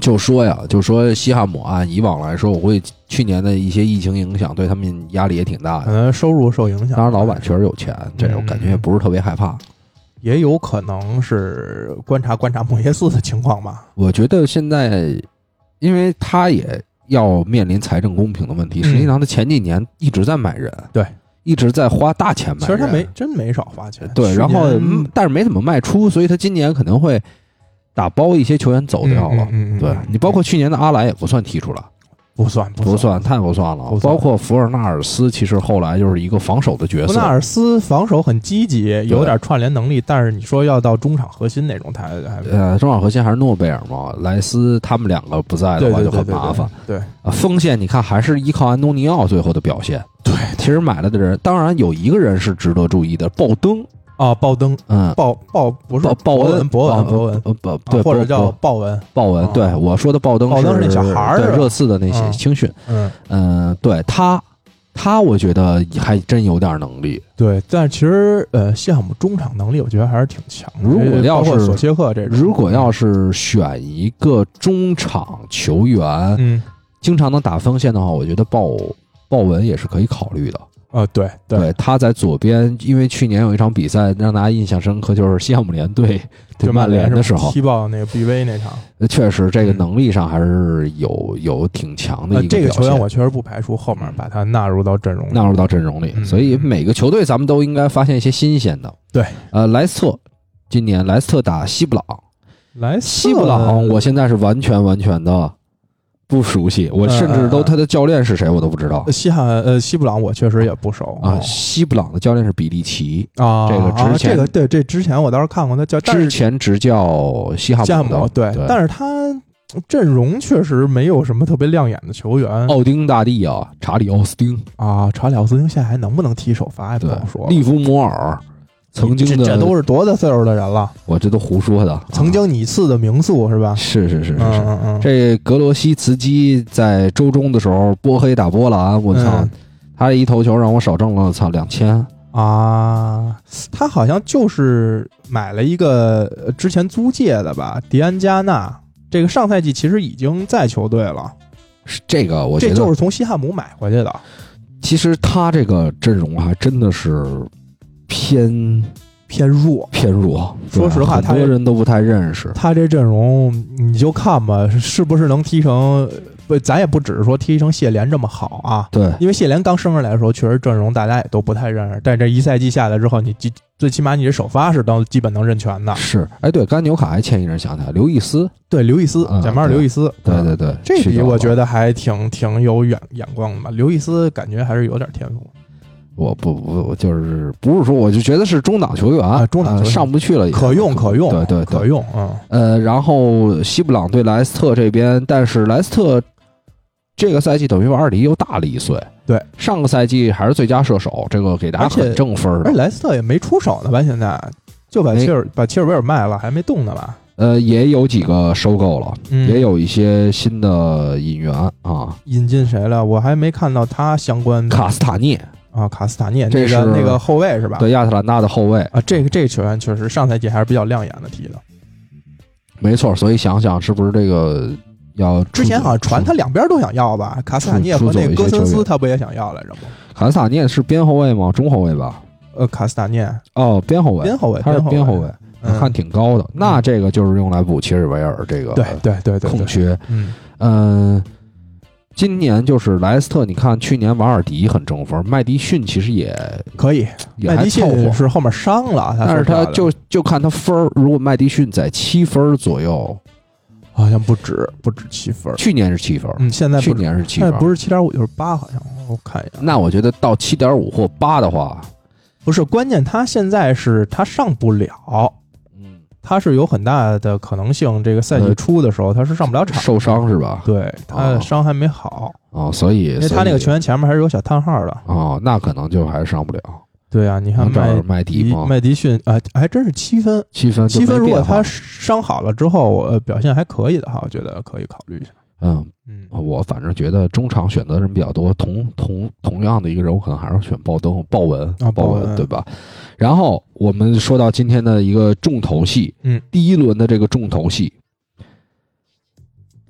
就说呀，就说西汉姆按以往来说，我估计去年的一些疫情影响对他们压力也挺大的。
可能收入受影响。
啊当然，老板确实有
嗯
钱，这我感觉也不是特别害怕。
也有可能是观察观察莫耶斯的情况吧。
我觉得现在，因为他也要面临财政公平的问题，
嗯
实际上他前几年一直在买人，
对，
一直在花大钱
其
买
实
人。
他没真没少花钱，
对，
去
然后、
年
嗯但是没怎么卖出，所以他今年可能会打包一些球员走掉了。
嗯嗯嗯嗯
对你包括去年的阿莱也不算踢出来，
不算
不
算。
算太不算了。
不算
包括福尔纳尔斯，其实后来就是一个防守的角
布
色。
纳尔斯防守很积极，有点串联能力，但是你说要到中场核心那种，他还
呃，中场核心还是诺贝尔嘛，莱斯他们两个不在
对
的
对
话
对
就很
对
麻烦。。
对
啊，锋线你看还是依靠安东尼奥最后的表现。
对
其实买了的人，当然有一个人是值得注意的，鲍登，
啊，鲍登
嗯，
鲍鲍不是
鲍鲍
伯
恩，
恩伯恩
鲍
伯恩，
呃鲍
啊
对，
或者
鲍
叫
鲍
鲍文，
鲍文
啊，
对我说的鲍登，
鲍登是那小孩儿
对
是吧
热刺的那些
嗯
青训，
嗯，
嗯，对他，他我觉得还真有点能力，
对。但其实呃，西汉姆中场能力我觉得还是挺强的，
如果要是
包括索切克这种，
如果要是选一个中场球员，
嗯
经常能打锋线的话，我觉得鲍鲍文也是可以考虑的。
呃对对
对，他在左边，因为去年有一场比赛让大家印象深刻，就是西汉姆联对对
就
曼联的时候，
踢爆那个 BV 那场，
确实这个能力上还是有有挺强的
呃
一，
这个
表
球
现。
员我确实不排除后面把他纳入到阵容里。
纳入到阵容里，
嗯
所以每个球队咱们都应该发现一些新鲜的。
对，
呃，莱斯特今年莱斯特打西布朗，
莱斯
西布朗我现在是完全完全的不熟悉，我甚至都
嗯嗯嗯
他的教练是谁我都不知道
呃哦西汉呃西布朗我确实也不熟
啊。西布朗的教练是比利奇，
啊，
这个之
啊
前
这个对这之前我倒是看过他叫但
之
是
前执教西汉
加
姆
姆
的，
对，但是他阵容确实没有什么特别亮眼的球员
奥丁大帝啊，查理奥斯汀，
啊。查理奥斯汀现在还能不能踢首发也不
对
好说，。
利弗摩尔，曾经的
这这都是多大岁数的人了？
我这都胡说的，
曾经你次的名宿是吧
啊、？是是是是
嗯
是。
嗯嗯，
这格罗西茨基在周中的时候波黑打波兰，我操，
嗯
他一头球让我少挣了操两千。
啊，他好像就是买了一个呃之前租借的吧，迪安加纳。这个上赛季其实已经在球队了，
是这个我觉
这
得，
就是从西汉姆买回去的。
其实他这个阵容还真的是偏
偏弱，
偏弱。
说实
对
话
很
他
多
也
人都不太认识。
他这阵容你就看吧，是不是能踢成？不，咱也不只是说踢成谢联这么好啊，
对，
因为谢联刚升上来的时候，确实阵容大家也都不太认识，但这一赛季下来之后，你基最起码你这首发是能基本能认全的。
是哎，对，刚才纽卡还欠一人想起来，刘易斯，
对，刘易斯
嗯，
前面
对
刘易斯，
对
嗯
对对，
这
去
笔
掉
我
了
觉得还挺挺有眼眼光的吧。刘易斯感觉还是有点天赋
我不不我就是不是说我就觉得是中档球员，
啊中档球员
呃上不去了也，
可用可用，
对对对
可用，嗯，
呃，然后西布朗对莱斯特这边，但是莱斯特这个赛季等于瓦尔迪又大了一岁。
对，
上个赛季还是最佳射手，这个给大家
而且哎
很正分儿
而且
的。
莱斯特也没出手呢吧？现在就把切尔把切尔维尔卖了，还没动呢吧？
呃，也有几个收购了，
嗯
也有一些新的引援啊。
引进谁了？我还没看到他相关的
卡斯塔涅
啊，卡斯塔涅
这
那
是
个那个后卫是吧？
对亚特兰大的后卫，
啊，这个这个球员确实上赛季还是比较亮眼的踢的。
没错。所以想想是不是这个要出
之前好像传他两边都想要吧，卡斯塔涅和那个戈森斯他不也想要来着吗？
卡斯塔涅是边后卫吗？中后卫吧？
呃，卡斯塔涅
哦，边后卫，
边后卫，
他是边后
后
卫，，
嗯
看挺高的。那这个就是用来补切尔维尔这个
对对对对，
空
对，
缺。
嗯，
嗯，今年就是莱斯特，你看去年瓦尔迪很争分，麦迪逊其实也
可以。
也
麦
还
迪
凑合
逊，是后面伤了，
但是
受
他
伤了
就就看他分儿，如果麦迪逊在七分儿左右，
好像不止不止七分儿，
去年是七分儿，
嗯，现在
去
不止，
年是七
现在
分，
不。是七点五就是八，好像我看一眼。
那我觉得到七点五或八的话，
不是关键，他现在是他上不了，
嗯，
他是有很大的可能性，这个赛季
呃
初的时候他是上不了场，
受伤呃是吧？
对他
哦
的伤还没好，
哦，所以
因为
所
他那个
以
球员前面还是有小叹号的。
哦，那可能就还是上不了。
对啊，你看
能找
麦
着麦迪
迪
吗？
麦迪逊啊、还真是七分。
七分就
七分，
没
如果
变化
他伤好了之后，呃，表现还可以的话，我觉得可以考虑一下。
嗯，
嗯，
我反正觉得中场选择的人比较多，同同同样的一个人，我可能还是选鲍登、鲍文、
啊
鲍
鲍文
对吧？然后我们说到今天的一个重头戏，
嗯，
第一轮的这个重头戏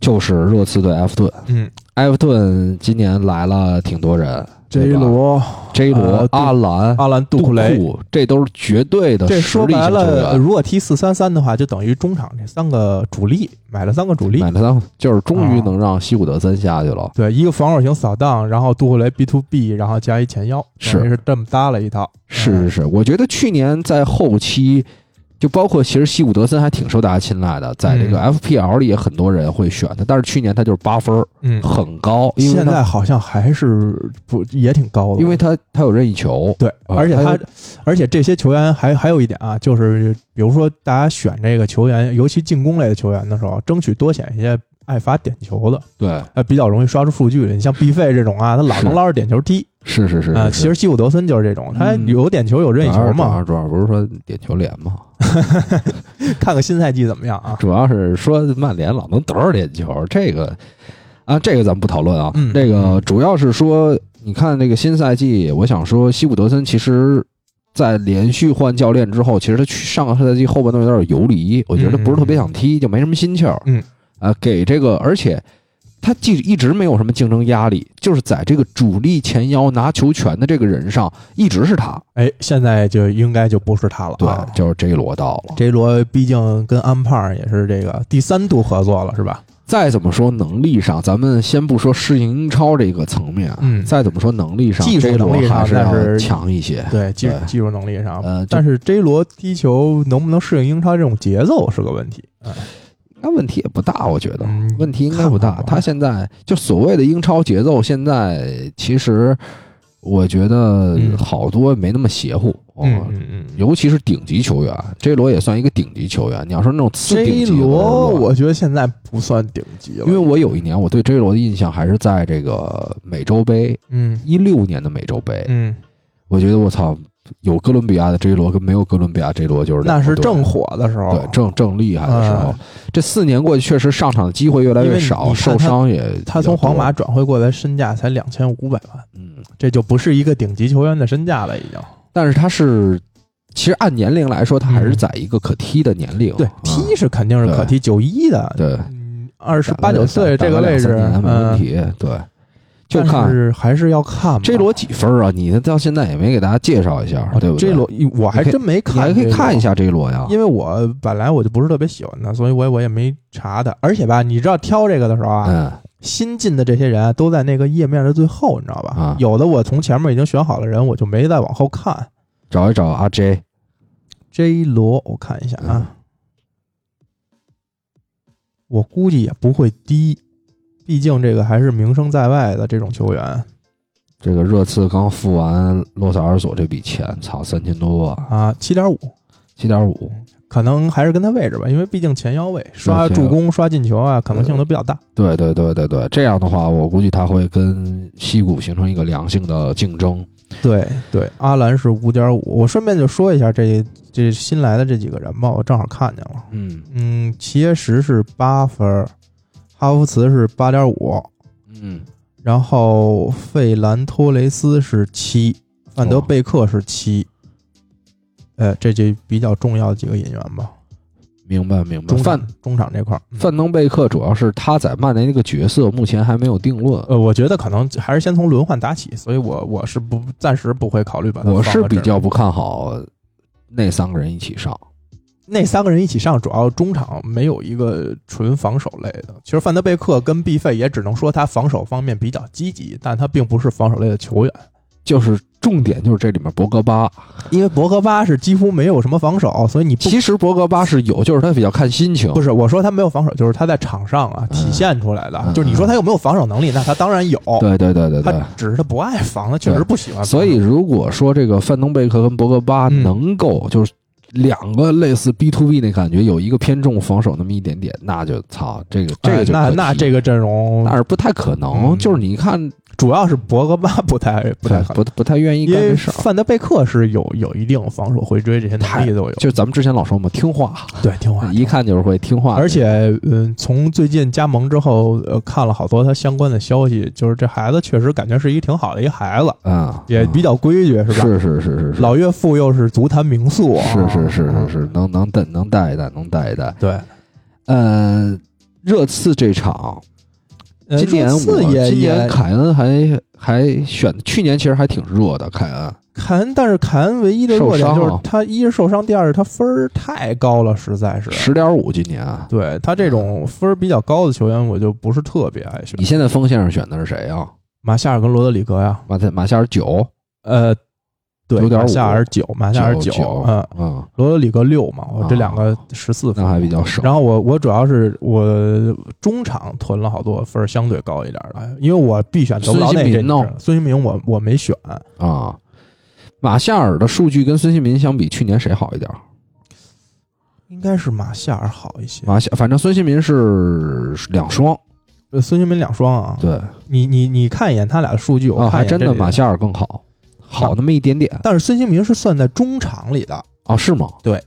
就是热刺对埃弗顿。
嗯，
埃弗顿今年来了挺多人
这一罗、
，J 罗
呃、杜
阿兰、
阿兰、杜
库
库雷，
这都是绝对的
这
实
说
力
白
型球
了，
员。
如果踢四三三的话，就等于中场这三个主力买了三个主力
买，了他，就是终于
啊
能让西古德森下去了。
对，一个防守型扫荡，然后杜库雷 B to B，然后加一前腰，
是
等于是这么搭了一套。
是是是，我觉得去年在后期，就包括其实西伍德森还挺受大家青睐的，在
嗯
这个 FPL 里也很多人会选他，但是去年他就是八分儿，
嗯，
很高，因为
现在
他
好像还是不也挺高的，
因为他他有任意球，
对，
啊
而且
还
他
有，
而且这些球员还还有一点啊，就是比如说大家选这个球员，尤其进攻类的球员的时候，争取多选一些爱罚点球的，
对，
呃，比较容易刷出数据的。你像毕费这种啊，他老
是
能捞着点球踢
是是是
啊、
是
其实西伍德森就是这种，他
嗯
有点球有任意球
主要
嘛，
是主要不是说点球连嘛，
看看新赛季怎么样啊？
主要是说曼联老能得着点球，这个啊，这个咱们不讨论啊。
嗯
这个主要是说，你看这个新赛季，我想说，西普德森其实，在连续换教练之后，其实他去上个赛季后半段有点游离，我觉得
嗯
不是特别想踢，就没什么心气儿。
嗯，
啊，给这个，而且。他既一直没有什么竞争压力，就是在这个主力前腰拿球权的这个人上，一直是他。
哎，现在就应该就不是他了
对，
啊。
就是 J 罗到了。
这罗毕竟跟安帕尔也是这个第三度合作了，是吧？
再怎么说能力上，咱们先不说适应英超这个层面，啊
嗯
再怎么说能力上，
技术
J 罗
能力上
还是
那
要
是
强一些。
对，技术
对
技术能力上，
呃，
但
是
是 J 罗踢球能不能适应英超这种节奏是个问题。嗯
应该问题也不大，我觉得、
嗯
问题应该不大
看。吧
他现在就所谓的英超节奏，现在其实我觉得
嗯
好多没那么邪乎。哦
嗯嗯嗯嗯。
尤其是顶级球员，J 罗也算一个顶级球员。你要说那种次顶
J
级的
罗，
乱
我觉得现在不算顶级了，
因为我有一年我对 J 罗的印象还是在这个美洲杯，
嗯
一六年的美洲杯，
嗯，
我觉得我操，有哥伦比亚的 J 罗跟没有哥伦比亚 J 罗就是两
那是
个队
正火的时候
对，正正厉害的时候
嗯。
这四年过去，确实上场的机会越来越少，
因为你
受
看他
伤也
他
比较
从皇马
多，
转会过来，身价才两千五百万，
嗯，
这就不是一个顶级球员的身价了，已经。
但是他是其实按年龄来说，他还是在一个可踢的年龄，
嗯对
嗯，
踢是肯定是可踢，九一的，
对
嗯，二十
打
八
了
九岁
打
这
了
个位置，
两三年没问
嗯，
题，对，就
但
看
是嗯还是要看吧
J 罗几分啊？你到现在也没给大家介绍一下，
啊
对不对
？J 罗，我还真没
你
看，
还可以看一。下 J 罗呀，
因为我本来我就不是特别喜欢他，所以我也我也没查他。而且吧，你知道挑这个的时候啊，
嗯，
新进的这些人啊都在那个页面的最后，你知道吧？
啊
有的我从前面已经选好了人，我就没再往后看。
找一找阿 J，
J 罗，我看一下
嗯
啊，我估计也不会低，毕竟这个还是名声在外的这种球员
啊这个热刺刚付完洛塞尔索这笔钱，操三千多万，
啊，七点五，
七点五，
可能还是跟他位置吧，因为毕竟前腰位刷
前腰
助攻、刷进球啊，可能性都比较大。
对对对对对，这样的话，我估计他会跟西谷形成一个良性的竞争。
对对，阿兰是五点五。我顺便就说一下这这新来的这几个人吧，我正好看见了。
嗯
嗯，齐耶什是八分儿，哈弗茨是八点五，
嗯，
然后费兰托雷斯是七，范德贝克是七。呃，这就比较重要的几个引援吧，
明白明白。
中
范
场中场这块儿，
范登贝克主要是他在曼联那个角色目前还没有定论，
呃，我觉得可能还是先从轮换打起，所以我我是不暂时不会考虑把它
我
放
是
到
比
这儿
较不看好那三个人一起上。
那三个人一起上，主要中场没有一个纯防守类的。其实范德贝克跟毕费也只能说他防守方面比较积极，但他并不是防守类的球员，
就是重点就是这里面博格巴，
因为博格巴是几乎没有什么防守，所以你不
其实博格巴是有，就是他比较看心情。
不是我说他没有防守，就是他在场上啊体现出来的。
嗯
就是你说他有没有防守能力，那他当然有，
对对对对对
他。只是他不爱防，他确实不喜欢防。
所以，如果说这个范登贝克跟博格巴
啊嗯
能够就是两个类似 B to B 那感觉，有一个偏重防守那么一点点，那就操，这个这
哎
个就
那
可惜
那这个阵容
那是不太可能。
嗯
就是你一看
主要是博格巴不太不太可能
不不太愿意
因
干
为
这事儿，
范德贝克是有有一定防守回追这些能力都有，嗯
就咱们之前老说嘛，听话，
对，听话。
一看就是会听话的，
而且，嗯，从最近加盟之后，呃，看了好多他相关的消息，就是这孩子确实感觉是一挺好的一孩子，
啊，
也比较规矩，是吧？
是是是是是。
老岳父又是足坛名宿啊，
是是是是
嗯，
是，能能带能带一带，能带一带。
对。
呃，热刺这场，
呃
今年
热刺
我
也
今年
也
凯恩还还选，去年其实还挺热的，凯恩
凯恩，但是凯恩唯一的
受
弱点
伤
就是
了
他一是受伤，第二是他分儿太高了，实在是。
十点五今年。啊
对他这种分儿比较高的球员，我就不是特别爱选
你。现在锋线上选的是谁啊？
马夏尔跟罗德里格呀，
马塞马夏尔九
呃，对，
9.5
马夏尔九，马夏尔
九
嗯，
嗯，
罗德里格六嘛，我这
啊
两个十四分
那。还比较少。
然后我我主要是我中场囤了好多分儿相对高一点儿的，因为我必选德布劳内
孙
这
兴民呢
支，孙兴民我我没选，
啊，马夏尔的数据跟孙兴民相比，去年谁好一点儿？
应该是马夏尔好一些。
马夏，反正孙兴民是两双，
呃孙兴民两双啊，
对
你你你看一眼他俩的数据，我
啊，
看
还
一眼
真
这
的
里
马夏尔更好，好那么一点点
但是孙兴民是算在中场里的，
啊，是吗？
对，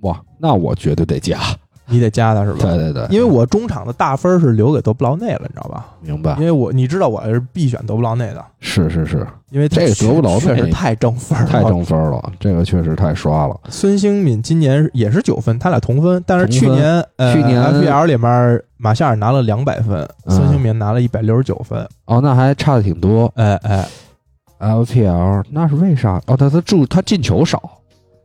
哇，那我绝对得加，
你得加他是吧？
对对对，
因为我中场的大分儿是留给德布劳内了，你知道吧？
明白
因，为我你知道我是必选德布劳内的，
是是是，
因为他
这个
确
德布劳内
确实太争分儿了，
太争分了，这个确实太刷了。
孙兴敏今年也是九分，他俩同分，但是去年呃
去年
FPL 里面马夏尔拿了两百分，
嗯
孙兴敏拿了一百六十九分，
哦，那还差的挺多。
哎哎，
LPL 那是为啥？哦，他他助他进球少，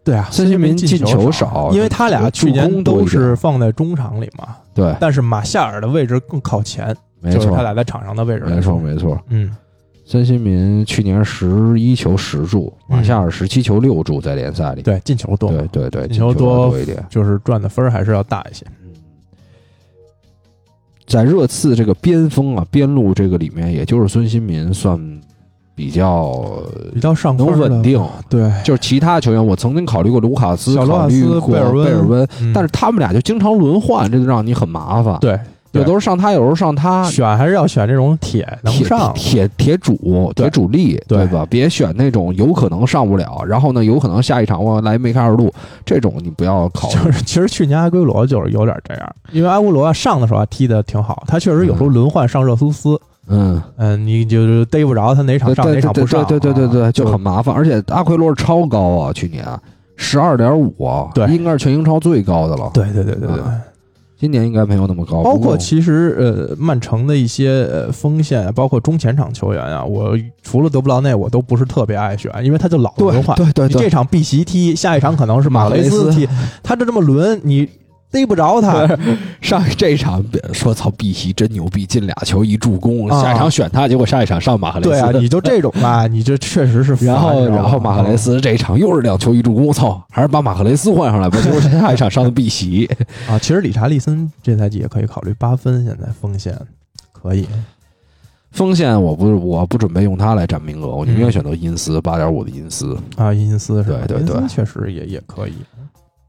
对啊，
孙
孙
兴
兴
民
进
进球少
少，因为他俩去年都是放在中场里嘛，
对，
但是马夏尔的位置更靠前，
没
就是
错
他，俩在场上的位置，
没错，，没错。
嗯，
孙兴民去年十一球十助，
嗯
马夏尔十七球六助，在联赛里。
对，进球多，
对对对，
进球
多
多
一点。
就是赚的分儿还是要大一些，
嗯，在热刺这个边锋啊边路这个里面，也就是孙兴民算比较
比较上分
能
儿的
稳，定。
对，
就是其他球员，我曾经考虑过卢卡斯，
小罗
考
纳
虑
斯
过
贝尔温
尔温，
嗯
但是他们俩就经常轮换，这就让你很麻烦。，
对
有时候上他，有时候上他，
选还是要选这种铁能
铁
上，
铁铁主
对
铁主力，
对
吧？别选那种有可能上不了，然后呢，有可能下一场我来梅开二度这种，你不要考虑。
就是其实去年阿圭罗就是有点这样，因为阿圭罗啊上的时候啊踢的挺好，他确实有时候轮换上热苏斯，
嗯，
嗯，你就是逮不着他哪场
对
上哪
对
场
对
不上啊，
对对对对对，就
就
很麻烦。而且阿奎罗是超高啊，去年十二点五，啊
对
应该是全英超最高的了。，
对对对对对
啊，今年应该没有那么高。
包
不过
括其实呃曼城的一些呃锋线啊，包括中前场球员啊，我除了德布劳内，我都不是特别爱选，因为他就老
对
轮换，
对对
你这
对，
场碧玺踢，下一场可能是马雷
马雷斯
踢，他就这么轮你。逮不着他，
上这场别说操，碧玺真牛逼，进俩球一助攻，
啊
下一场选他，结果下一场上马赫雷斯。
对啊，你就这种吧，你这确实是烦。
然后，
你知道吗
然后马赫雷斯这一场又是两球一助攻，我操，还是把马赫雷斯换上来吧。结果下一场上的碧玺，
啊，其实理查利森这赛季也可以考虑八分，现在锋线可以。
锋线我不我不准备用他来占名额，我宁愿选择因斯八点五的因斯。
啊，伊金斯是吧？
对对对
伊金斯确实也也可以。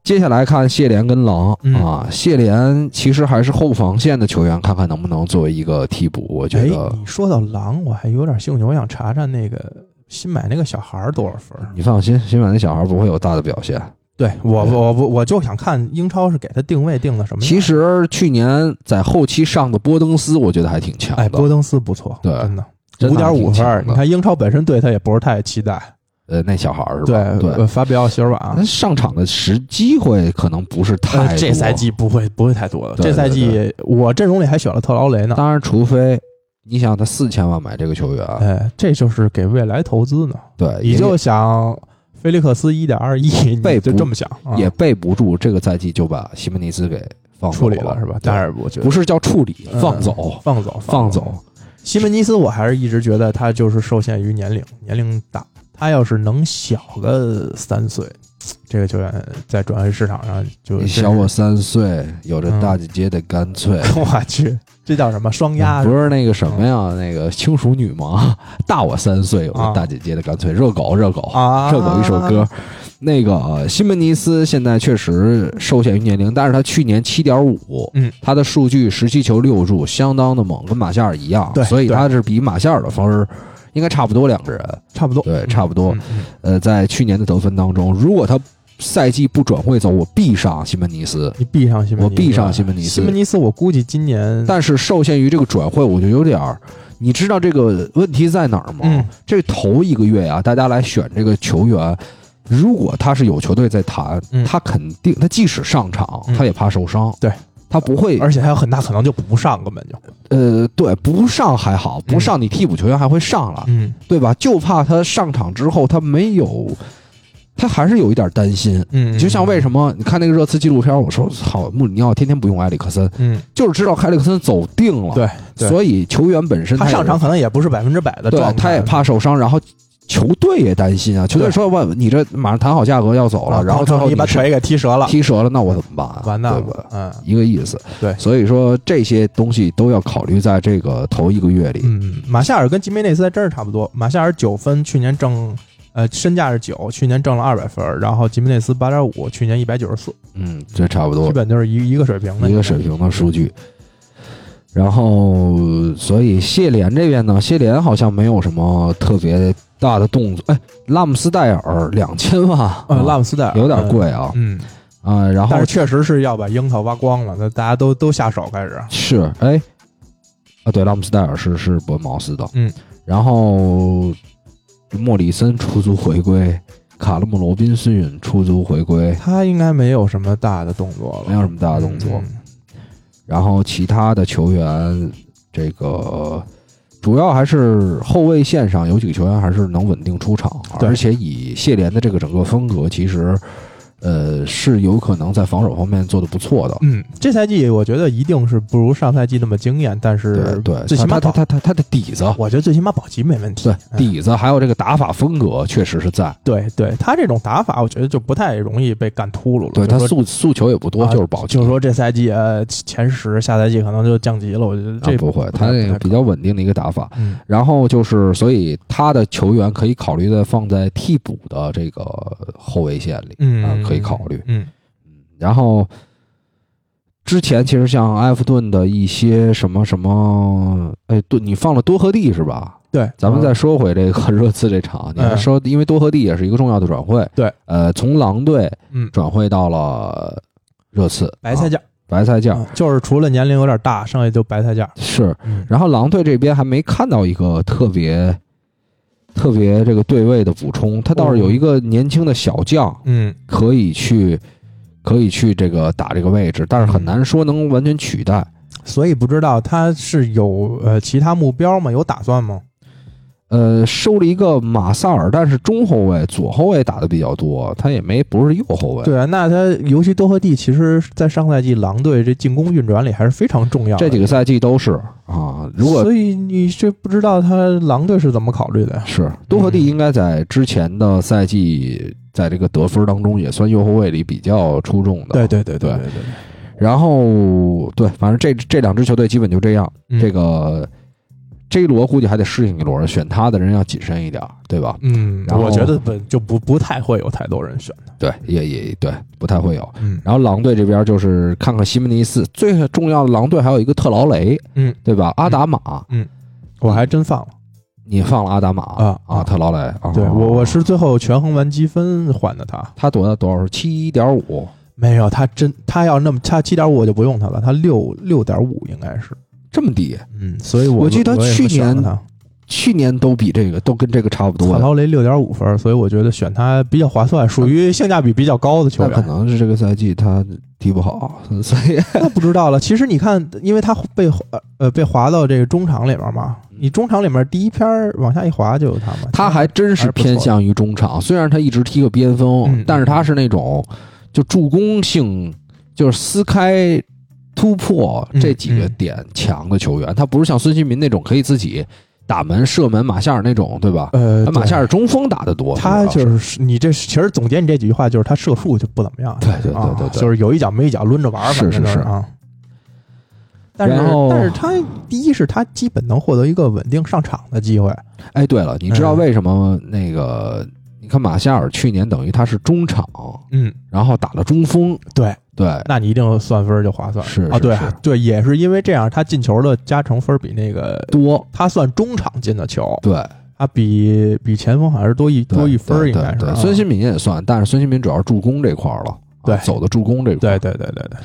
接下来看谢莲跟狼、
嗯
啊，谢莲其实还是后防线的球员，看看能不能作为一个替补。我觉
哎
得，
你说到狼，我还有点兴趣，我想查查那个新买那个小孩儿多少分儿？
你放心，新买那小孩不会有大的表现。
对我，
对
我我我就想看英超是给他定位定的什么样。
其，实去年在后期上的波登斯，我觉得还挺强的。
哎，波登斯不错，
对
真的
真
五
的还
点
挺
五分儿。
强的
你看英超本身对他也不是太期待，
呃，那小孩儿是
对
吧？对，
呃法比奥席尔瓦
那，上场的时机会可能不是太
呃
多。
这赛季不会不会太多了。
对
这赛
对
季我阵容里还选了特劳雷呢，
当然，除非你想他四千万买这个球员，啊
哎，这就是给未来投资呢。
对，
你
也
就想菲利克斯一点二亿，
被
你就
捕
这么想，啊
也备不住这个赛季就把西门尼斯给放走
处理了是吧？
对
但是我觉得
不是叫处理，
嗯
放走，
放走
放走。。
西门尼斯，我还是一直觉得他就是受限于年龄，年龄大。他要是能小个三岁，这个球员在转会市场上就
你
真是
小我，三岁，有着
嗯哎
大姐姐的干脆。
我去，这叫什么双 压？
不是那个什么呀，那个轻熟女嘛， 大我三岁，有个
啊
大姐姐的干脆，热狗热狗，
啊，
热狗一首歌。那个呃西门尼斯现在确实受限于年龄，但是他去年七点五，
嗯，
他的数据十七球六助，相当的猛，跟马夏尔一样，
对
所以
对
他是比马夏尔的分儿应该差不多两个人，
差不多，
对，
嗯
差不多。
嗯嗯
呃，在去年的得分当中，如果他赛季不转会走，我必上西门尼斯，
你闭上西门尼斯，
我闭上西门尼斯
西门尼斯，我估计今年
但是受限于这个转会，我就有点儿，你知道这个问题在哪儿吗？
嗯
这头一个月呀、大家来选这个球员，如果他是有球队在谈，
嗯
他肯定他即使上场，
嗯
他也怕受伤，
对
他不会
而且还有很大可能就不上根本就，
呃，对，不上还好，不上你替补球员还会上了，
嗯
对吧？就怕他上场之后他没有，他还是有一点担心。
嗯，
就像为什么你看那个热刺纪录片，我说操，穆里尼奥天天不用埃里克森，
嗯，
就是知道埃里克森走定了，
对对
所以球员本身
他
也
上场可能也不是百分之百的
对
状态，，
他也怕受伤，然后球队也担心啊，球队
对
说问你这马上谈好价格要走了，
啊
然后最后
你把
是
腿给踢折了，
踢折了，那我怎么办啊？
完蛋
对吧
了，嗯
一个意思，
对
所以说这些东西都要考虑在这个头一个月里。
嗯，马夏尔跟吉梅内斯还真是差不多。马夏尔九分，去年挣呃身价是九，去年挣了二百分儿，然后吉梅内斯八点五，去年一百九十四，
嗯，这差不
基
多
本就是一一个水平的
一个水。平的数据。然后，所以谢联这边呢，谢联好像没有什么特别大的动作。哎，拉姆斯戴尔两千万，啊
呃，拉姆斯戴尔
嗯有点，贵啊
嗯，
啊、然后
但是确实是要把樱桃挖光了，那大家都都下手开始，
是，哎，啊，对，拉姆斯戴尔是是伯恩茅斯的，
嗯，
然后莫里森出租回归，卡勒姆罗宾逊出租回归，
他应该没有什么大的动作了，
没有什么大的动作。
嗯
然后其他的球员，这个主要还是后卫线上有几个球员还是能稳定出场，
对
而且以谢联的这个整个风格，其实呃是有可能在防守方面做的不错的。
嗯，这赛季我觉得一定是不如上赛季那么惊艳，但
对
嗯是
对，
最起码
他他
保，
他他他的底子，
我觉得最起码保级没问题
对。底子还有这个打法风格确实是在。
对对，他这种打法，我觉得就不太容易被干秃噜了。
对他
就说
诉诉求也不多，
啊
就是保级。
就是说这赛季呃前十，下赛季可能就降级了。我觉得
啊
这
不会，
不
他
太
那个比，较稳定的一个打法
不。太可能嗯
然后就是，所以他的球员可以考虑的放在替补的这个后卫线里，
嗯
啊，可以考虑。
嗯
然后之前其实像埃弗顿的一些什么什么，哎，对你放了多赫蒂是吧？
对，
咱们再说回这个热刺这场，你还
嗯
说，因为多赫蒂也是一个重要的转会，
对，
呃，从狼队
嗯
转会到了热刺，
白菜
啊
价，
白菜价
嗯就是除了年龄有点大，剩下就白菜价。
是
嗯，
然后狼队这边还没看到一个特别特别这个对位的补充，他倒是有一个年轻的小将
嗯，
可以去可以去这个打这个位置，但是很难说能完全取代。
所以不知道他是有呃其他目标吗？有打算吗？
呃，收了一个马萨尔，但是中后卫、左后卫打的比较多，他也没不是右后卫。
对啊，那他尤其多赫蒂，其实，在上赛季狼队这进攻运转里还是非常重要的。
这几个赛季都是啊，如果
所以你这不知道他狼队是怎么考虑的呀？
是多
嗯
赫蒂应该在之前的赛季，在这个得分当中也算右后卫里比较出众的。
对对对
对
对对，
然后对，反正这这两支球队基本就这样。
嗯
这个这一轮估计还得适应一轮，选他的人要谨慎一点，对吧？
嗯，
然后
我觉得本就不不太会有太多人选的。
对，也也对，不太会有。
嗯
然后狼队这边就是看看西门尼斯，最重要的狼队还有一个特劳雷，
嗯，
对吧？阿达玛，
我还真放了。
你放了阿达玛
啊
啊，
啊
特劳雷啊，
对我我是最后权衡完积分换的他，
他多大多少？七点五，
没有他真他要那么他七点五我就不用他了，他六六点五应该是，
这么低，
嗯，所以我
我记得
我也
去
选了
年
他
去年都比这个都跟这个差不多
卡
的。
劳雷六点五分，所以我觉得选他比较划算，属于性价比比较高的球
那可
员。
能是这个赛季他踢不好，所以
那不知道了。其实你看，因为他被呃呃被划到这个中场里面嘛，你中场里面第一篇儿往下一划就有他嘛。
他还真是偏向于中场，虽然他一直踢个边锋，
嗯
但是他是那种就助攻性，就是撕开、突破
嗯
这几个点强的球员。他不是像孙兴民那种可以自己打门、射门、马夏尔那种，对吧？
呃
他马夏
对
尔中锋打得多，
他
主要是
就是你这其实总结你这几句话就是他射术就不怎么样，
对对对
啊
对对
就是有一脚没一脚抡着玩儿，
是
反正就是
是
啊。但是
然后
但是他第一是他基本能获得一个稳定上场的机会，
哎，对了，你知
嗯
道为什么那个？你看马夏尔去年等于他是中场，
嗯，
然后打了中锋，
对，
对，
那你一定算分儿就划算
是
啊，
是
对
是
对，也是因为这样，他进球的加成分儿比那个
多，
他算中场进的球，
对，
他比比前锋好像是多一
对
多一分儿，
对
应该是
对
啊
对孙兴民也算，但是孙兴民主要是助攻这块儿了，啊
对
走的助攻这块儿。
对对对对对，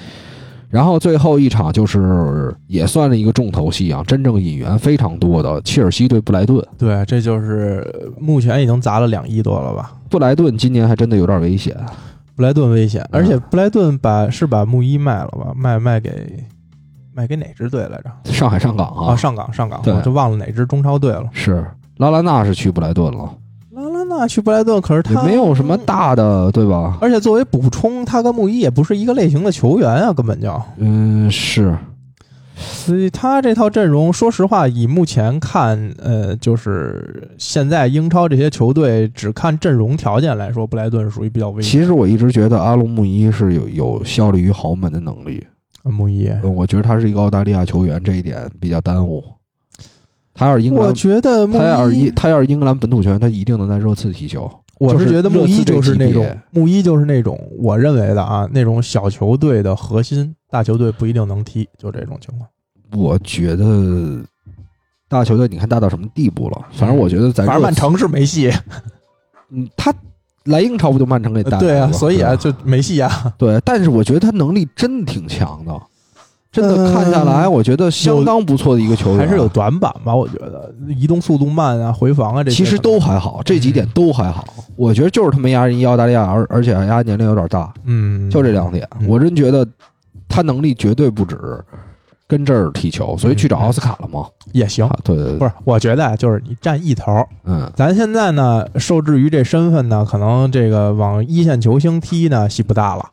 然后最后一场就是也算是一个重头戏啊，真正引援非常多的切尔西对布莱顿。
对，这就是目前已经砸了两亿多了吧？
布莱顿今年还真的有点危险，
布莱顿危险，而
嗯
且布莱顿把是把穆伊卖了吧？卖卖给卖给哪支队来着？
上海上港啊，
啊，上港上港，
对
我就忘了哪支中超队了。
是拉拉纳是去布莱顿了，
拉拉纳去布莱顿，可是
也
他
没有什么，大的对吧？
而且作为补充，他跟穆伊也不是一个类型的球员啊，根本就。
嗯，是
所以他这套阵容，说实话，以目前看，呃，就是现在英超这些球队只看阵容条件来说，布莱顿属于比较危险。
其实我一直觉得阿隆穆伊是有有效力于豪门的能力，
呃穆伊，
嗯我觉得他是一个澳大利亚球员，这一点比较耽误。他要是英格兰
我觉得穆
他要是英
伊，
他要是英格兰本土球员，他一定能在热刺踢球。
我
就是
觉得穆
热
伊
刺这
就是那
级别
种穆伊就是那种我认为的啊，那种小球队的核心，大球队不一定能踢，就这种情况。
我觉得大球队，你看大到什么地步了？反正我觉得在
嗯反正
哎
曼
热刺，
城是没戏，
嗯，他来英超不就曼城给带来
对
了
啊，
吗
所以啊，
对吧
就没戏啊。
对，但是我觉得他能力真的挺强的，真的
嗯
看下来，我觉得相当不错的一个球员，啊
还是有。短板吧，我觉得移动速度慢啊，回防啊这些
其实
可能
都还好，这几点都还好。
嗯
我觉得就是他没压人一澳大利亚，而而且压年龄有点大，
嗯，
就这两点，
嗯
我真觉得他能力绝对不止跟这儿踢球，所以去找
嗯
奥斯卡了嘛。
也行。
啊，对对
不
对，
是，我觉得啊，就是你占一头儿。
嗯，
咱现在呢，受制于这身份呢，可能这个往一线球星踢呢，戏不大了。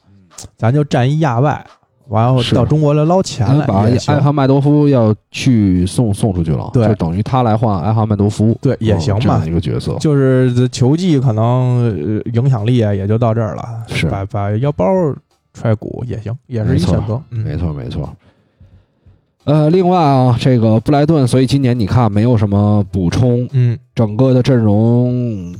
咱就占一亚外，然后
嗯是啊
到中国来捞钱
咱把
来也行
艾。哈迈多夫要去送送出去了，
对
就等于他来换艾哈迈多夫，
对，也行
嗯这
吧
样。一个角色，
就是球技可能呃影响力啊，也就到这儿了。
是
把把腰包揣鼓也行，也是一选择。
没
嗯，
错没错。呃，另外啊，这个布莱顿，所以今年你看没有什么补充，
嗯，
整个的阵容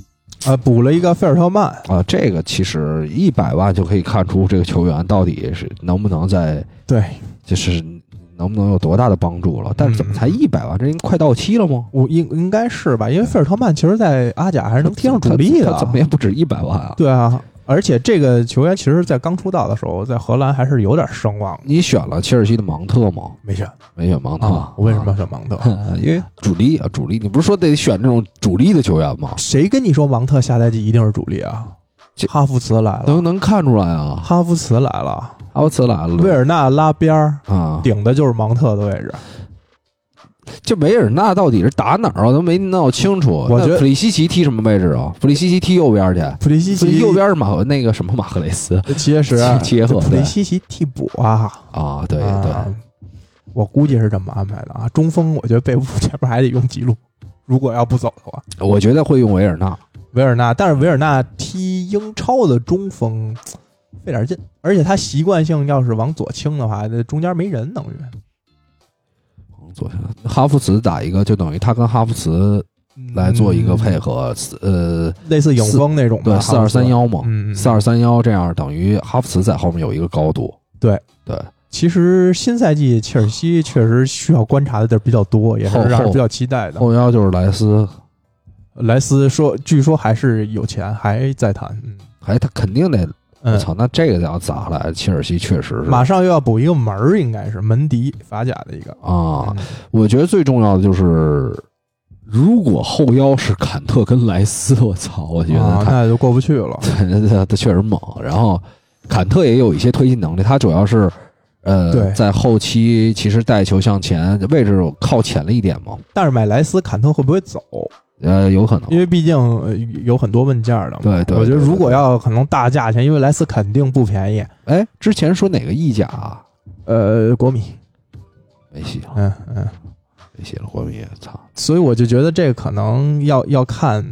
呃，补了一个费尔特曼，
啊、这个其实一百万就可以看出这个球员到底是能不能在
对
就是能不能有多大的帮助了。但是怎
嗯
么才一百万？这人快到期了吗？
我应应该是吧，因为费尔特曼其实，在阿甲还是能踢上主力的。
他他怎么也不止一百万啊！
对啊，而且这个球员其实，在刚出道的时候，在荷兰还是有点声望的。
你选了切尔西的芒特吗？
没选
没选芒特，
啊我为什么要选芒特？
啊？ 因为主力啊，主力，你不是说得选这种主力的球员吗？
谁跟你说芒特下赛季一定是主力啊
这？
哈弗茨来了，
能能看出来啊，
哈弗茨来了，
阿沃茨来了，
维尔纳拉边儿
啊，
顶的就是芒特的位置。
这维尔纳到底是打哪儿啊？都没闹清楚。
我觉得
那普利西奇踢什么位置啊？普利西奇踢右边去，
普利西
所
奇
以右边是马那个什么马赫雷斯
其实
切赫
普
对
利西奇替补啊，
啊，对对
啊，我估计是这么安排的啊。中锋我觉得贝布这边还得用吉鲁，如果要不走的话，
我觉得会用维尔纳，
维尔纳，但是维尔纳踢英超的中锋嘖费点劲，而且他习惯性要是往左倾的话，那中间没人等于
左下哈弗茨打一个，就等于他跟哈弗茨
嗯
来做一个配合，四呃，
类似影锋那种吧
对，四二三，
哈
幺嘛
弗茨，嗯，
四
二
二三幺这样等于哈弗茨在后面有一个高度，
对
对，
其实新赛季切尔西确实需要观察的地儿比较多，也是
后
让人
后
比较期待的。
后腰就是莱斯，
莱斯说，据说还是有钱，还在谈。嗯
还哎他肯定得，我
嗯，
操，那这个要砸来，切尔西确实是
马上又要补一个门儿，应该是门迪法甲的一个嗯
啊。我觉得最重要的就是，如果后腰是坎特跟莱斯，我操，我觉
嗯
得
啊，
他、
那就过不去 了。
他他确实猛。然后坎特也有一些推进能力，他主要是呃
对
在后期其实带球向前位置靠前了一点嘛，
但是买莱斯坎特会不会走？
呃，有可能
因为毕竟呃有很多问价的嘛。
对对
我觉得
对对
如果要可能大价钱，因为莱斯肯定不便宜。
哎，之前说哪个意甲、啊、
呃，国米，
没戏了，
嗯嗯，
没戏了，国米，操，
所以我就觉得这可能要要看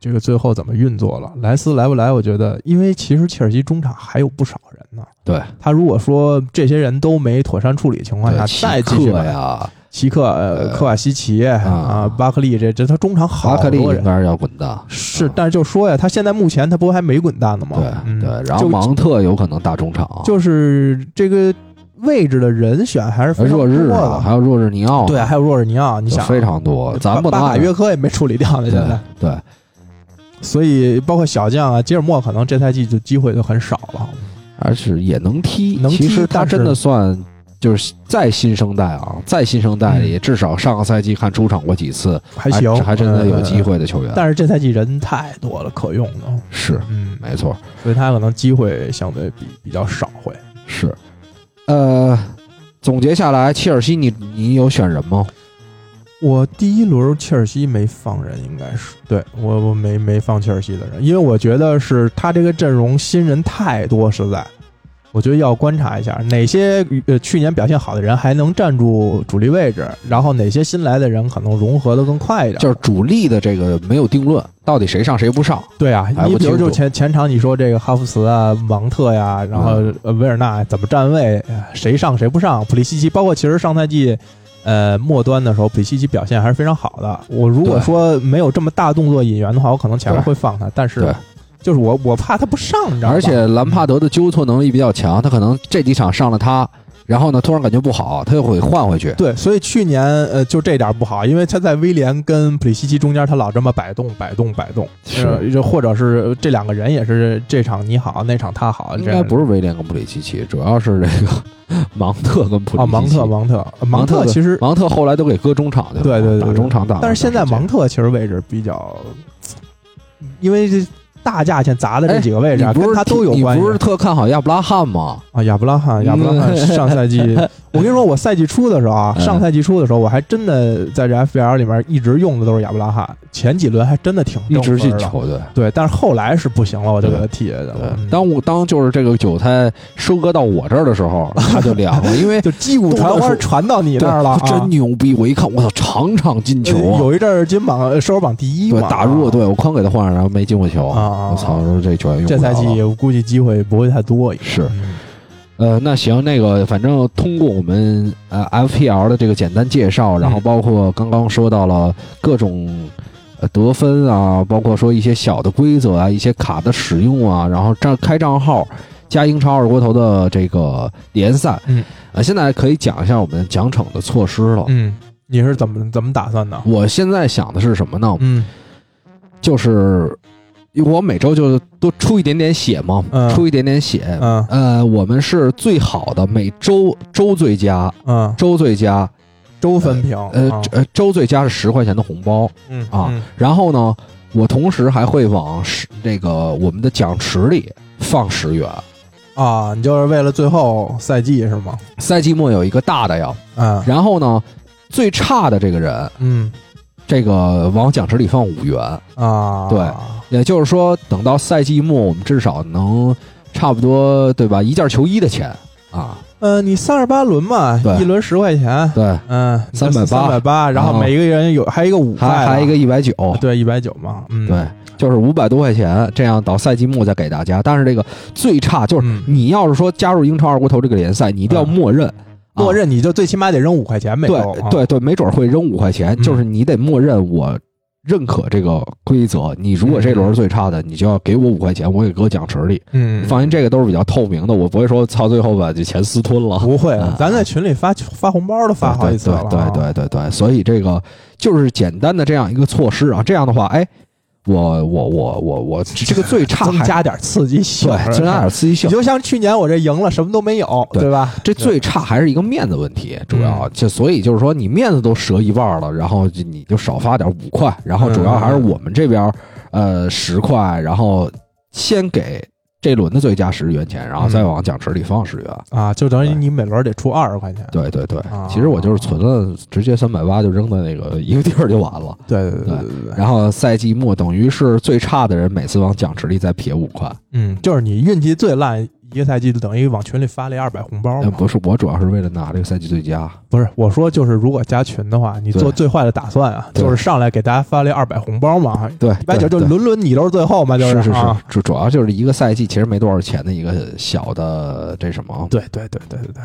这个最后怎么运作了。莱斯来不来？我觉得，因为其实切尔西中场还有不少人呢。
对，
他如果说这些人都没妥善处理的情况下，
奇
再继续
克
买
呀，
齐克、呃
呃
科瓦西奇啊、巴克利这这，他中场好
华克利
多
应
人。
该是要滚蛋。
是
啊，
但是就说呀，他现在目前他不还没滚蛋呢吗？
对
嗯
对，然后
就
芒特有可能大中场，
就是这个位置的人选还是非常
若
多
日啊，
的。
还有若日尼奥，
对，还有若日尼奥，你想啊
非常多，咱不能
巴卡
按
约科也没处理掉
对
呢，现在。
对，
所以包括小将啊，吉尔莫可能这赛季就机会就很少了。
而且也能踢，
能踢
其实他
但是
真的算就是再新生代啊，再新生代里至少上个赛季看出场过几次，
嗯还行，
还真的有机
嗯。嗯嗯
会的球员，
但是这赛季人太多了，可用的，
是
嗯，
没错，
所以他可能机会相对比比较少会。
是，呃，总结下来，切尔西你你有选人吗？
我第一轮切尔西没放人，应该是对我我没没放切尔西的人，因为我觉得是他这个阵容新人太多，实在，我觉得要观察一下哪些呃去年表现好的人还能站住主力位置，然后哪些新来的人可能融合的更快一点。
就是主力的这个没有定论，到底谁上谁不上，
对啊
还，
你
不
比如
清
就
楚嗯
前前场你说这个哈弗茨啊、芒特呀、然后呃维尔纳怎么站位，呃谁上谁不上，普利西奇，包括其实上赛季。呃，末端的时候，普利西奇表现还是非常好的。我如果
对
说没有这么大动作引援的话，我可能前面会放他，但是
对
就是我我怕他不上，你知道吧？
而且兰帕德的纠错能力比较强，他可能这几场上了他，然后呢突然感觉不好，他又会换回去。
对，所以去年呃就这点不好，因为他在威廉跟普利西奇中间，他老这么摆动摆动摆动，
是
呃就或者是这两个人也是这场你好，那场他好，
应
这
该
样
不是威廉跟普里西奇，主要是这个 芒特跟普里西奇。
啊，芒特，芒特，呃
芒
特
的
其实
芒特后来都给搁中场去了，
对对对
打
对
中场打了
但
段
是
时间。
现在芒特其实位置比较，因为这大价钱砸的这几个位置啊，
哎你不
跟
是
他都有
你
关系
不是特看好亚布拉罕吗？
啊。亚布拉罕，亚布拉罕
嗯
上赛 季，我跟你说，我赛季初的时候啊，
嗯
上赛季初的时候，我还真的在这 FBL 里面一直用的都是亚布拉罕，前几轮还真的挺
一直
进
进。球队。
对，但是后来是不行了，我就给他踢下去
对
了。嗯，
当我当就是这个韭菜收割到我这儿的时候，它就凉了，因为
就击鼓传花传到你那儿了啊，
对真牛逼！我一看，我操，场场进球
呃
啊！
有一阵儿金榜呃收入榜第一
对，
嘛，
打入了队，我哐给他换上，然后没进过球。
啊啊！啊
我操！我说这球员用不
这
了
赛
了
季我估计机会不会太多。
是
嗯
呃，那行，那个反正通过我们呃 FPL 的这个简单介绍，然后
嗯
包括刚刚说到了各种呃得分啊，包括说一些小的规则啊，一些卡的使用啊，然后账开账号加英超二锅头的这个联赛，
嗯，
呃，现在可以讲一下我们奖惩的措施了。
嗯，你是怎么怎么打算的？
我现在想的是什么呢？
嗯
就是我每周就多出一点点血嘛，
嗯
出一点点血。
嗯
呃，我们是最好的，每周周最佳，
嗯，
周最佳，
周分平，
呃
啊
呃，周最佳是十块钱的红包。
嗯
啊
嗯
然后呢，我同时还会往十那个我们的奖池里放十元。
啊，你就是为了最后赛季是吗？
赛季末有一个大的呀，
嗯
然后呢，最差的这个人，
嗯
这个往奖池里放五元。
啊，
对也就是说，等到赛季末，我们至少能差不多对吧？一件球衣的钱啊，
呃，你三十八轮嘛
对，
一轮十块钱，
对，
嗯，
380
三百八，然
然
后
后
每一个人有还有一个五块
还
的，
还一个一百九，
哦对一百九嘛，嗯
对，就是五百多块钱，这样到赛季末再给大家。但是这个最差就是
嗯
你要是说加入英超二锅头这个联赛，你一定要
嗯
默认，啊
默认你就最起码得扔五块钱每
对
周，啊
对对，没准儿会扔五块钱，
嗯
就是你得默认我认可这个规则，你如果这轮是最差的，你就要给我五块钱，我给搁奖池里。
嗯，
放心，这个都是比较透明的，我不会说操最后把这钱私吞了。
不会
啊，
咱在群里发发红包都发好几次了啊，
对对对对对，所以这个就是简单的这样一个措施啊，这样的话，哎，我我我我 我这个最差
啊增
还
加点刺激性，
对增加点刺激性
你， 就像去年我这赢了什么都没有，
对
对吧？
这最差还是一个面子问题，主
嗯
要啊就所以就是说你面子都折一半了，然后就你就少发点五块，然后主要
嗯
还是我们这边呃十块，然后先给这轮的最佳十元钱，然后
嗯
再往奖池里放十元。
啊，就等于
对
你每轮得出二十块钱。
对对对
啊，
其实我就是存了，直接三百八就扔在那个一个地儿就完了。
对对对对对对，
然后赛季末等于是最差的人每次往奖池里再撇五块。
嗯，就是你运气最烂一个赛季，就等于往群里发了一二百红包
呃
嘛。
不是，我主要是为了拿这个赛季最佳。
不是，我说就是如果加群的话，你
对
做最坏的打算啊，
对
就是上来给大家发了二百红包嘛，
对，
一般
对
就就
对
轮轮你都是最后嘛，就是
是
啊，
主主要就是一个赛季其实没多少钱的一个小的这什么，
对对对对对对，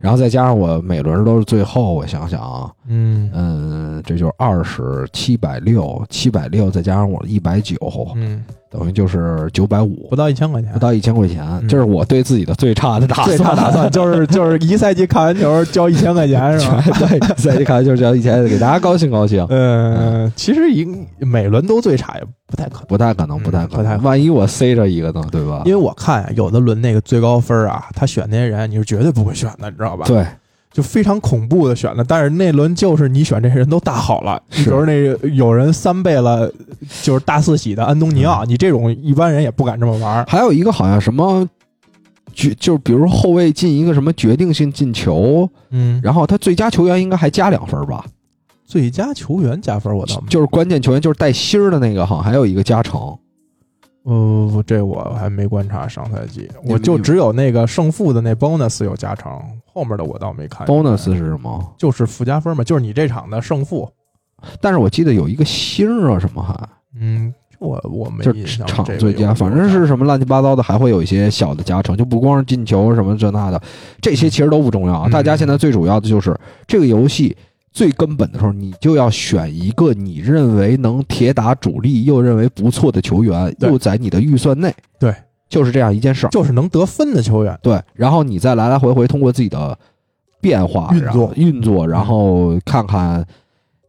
然后再加上我每轮都是最后，我想想啊，
嗯
嗯，这就是二十七百六，七百六再加上我一百九，
嗯，
等于就是九百五
不，到一千块钱
不，到一千块钱，
嗯
这是我对自己的最差的打
最
算。
差打算就是就是一赛季看完球交一千块钱是吧？
对，再一看就是交一千，给大家高兴高兴。
嗯，其实一每轮都最差也不太可能，
不太可能，不太可能，
不太可能
万一我塞着一个呢，对吧
因？为我看啊有的轮那个最高分啊，他选那些人你是绝对不会选的，你知道吧？，
对，
就非常恐怖的选的，但是那轮就是你选这些人都大好了，
是
你比如那个有人三倍了，就是大四喜的安东尼奥，
嗯
你这种一般人也不敢这么玩儿。
还有一个好像什么决，就是比如后卫进一个什么决定性进球，
嗯，
然后他最佳球员应该还加两分吧？
最佳球员加分我倒没，
就是关键球员，就是带星儿的那个，好像还有一个加成。
呃，这我还没观察上赛季，
你
我就
你
只有那个胜负的那 bonus 有加成，后面的我倒没看。
bonus 是什么？
就是附加分嘛，就是你这场的胜负。
但是我记得有一个星儿啊什么还，
嗯，我我没
就
印
是
象
场
这个
最
有
佳，反正是什么乱七八糟的，还会有一些小的加成，就不光是进球什么这那的，这些其实都不重要。啊
嗯
大家现在最主要的就是这个游戏。最根本的时候，你就要选一个你认为能铁打主力又认为不错的球员，
对
又在你的预算内，
对，
就是这样一件事儿。
就是能得分的球员。
对，然后你再来来回回通过自己的变化
运
然后
作嗯
运作，然后看看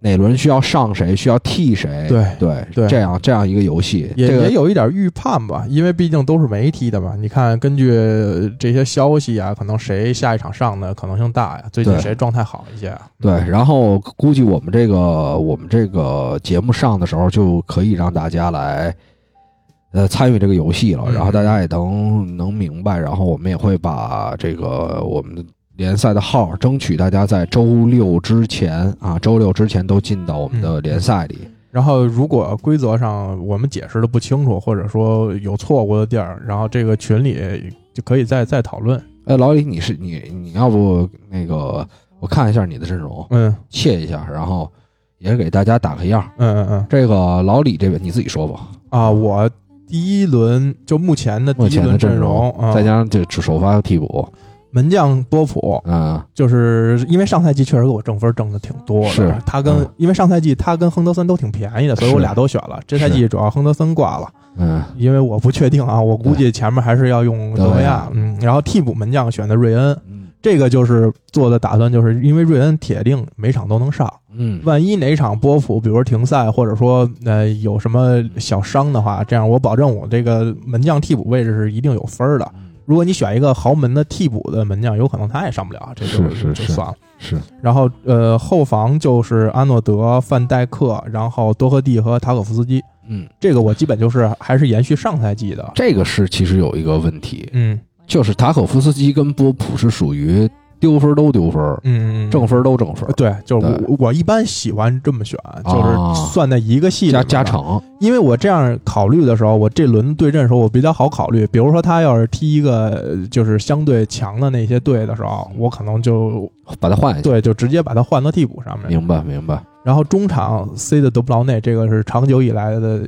哪轮需要上谁，需要替谁。
对
对
对
这样这样一个游戏，
也、
这
也
个
有一点预判吧，因为毕竟都是媒体的嘛。你看，根据呃这些消息啊，可能谁下一场上的可能性大呀？最近
对
谁状态好一些啊？
对。然后估计我们这个我们这个节目上的时候，就可以让大家来。呃，参与这个游戏了，
嗯
然后大家也能能明白，然后我们也会把这个我们联赛的号，争取大家在周六之前啊，周六之前都进到我们的
嗯
联赛里。
然后，如果规则上我们解释的不清楚，或者说有错误的地儿，然后这个群里就可以再再讨论。
哎，老李，你是你，你要不那个，我看一下你的阵容，
嗯
切一下，然后也给大家打个样儿。
嗯嗯嗯
这个老李这边你自己说吧，
啊，我第一轮就目前的第
目
一
前
轮
的阵
阵容，啊
再加上这只首发替补，
门将多普，
嗯，
就是因为上赛季确实给我挣分挣的挺多的，
是
他跟、
嗯
因为上赛季他跟亨德森都挺便宜的，所以我
是
俩都选了。这赛季主要亨德森挂了，
嗯，
因为我不确定啊，我估计前面还是要用德维亚
德。
嗯，然后替补门将选的瑞恩，
嗯
这个就是做的打算，就是因为瑞恩铁定每场都能上，
嗯，
万一哪场波普，比如说停赛或者说呃有什么小伤的话，这样我保证我这个门将替补位置是一定有分儿的。
嗯
如果你选一个豪门的替补的门将，有可能他也上不了，这就是
是
就是算了。
是
然后呃，后防就是阿诺德、范戴克，然后多赫蒂和塔可夫斯基。
嗯，
这个我基本就是还是延续上赛季的。
这个是其实有一个问题，
嗯
就是塔可夫斯基跟波普是属于丢分儿都丢分儿，
嗯，嗯
挣分儿都挣分儿
呃，对，就是
对
我我一般喜欢这么选，
啊
就是算在一个系里
加
面
加
的，
成，
因为我这样考虑的时候，我这轮对阵的时候我比较好考虑。比如说他要是踢一个呃就是相对强的那些队的时候，我可能就
把它换一下。
对就直接把他换到替补上面。
明白明白，
然后中场塞的德布劳内，这个是长久以来的，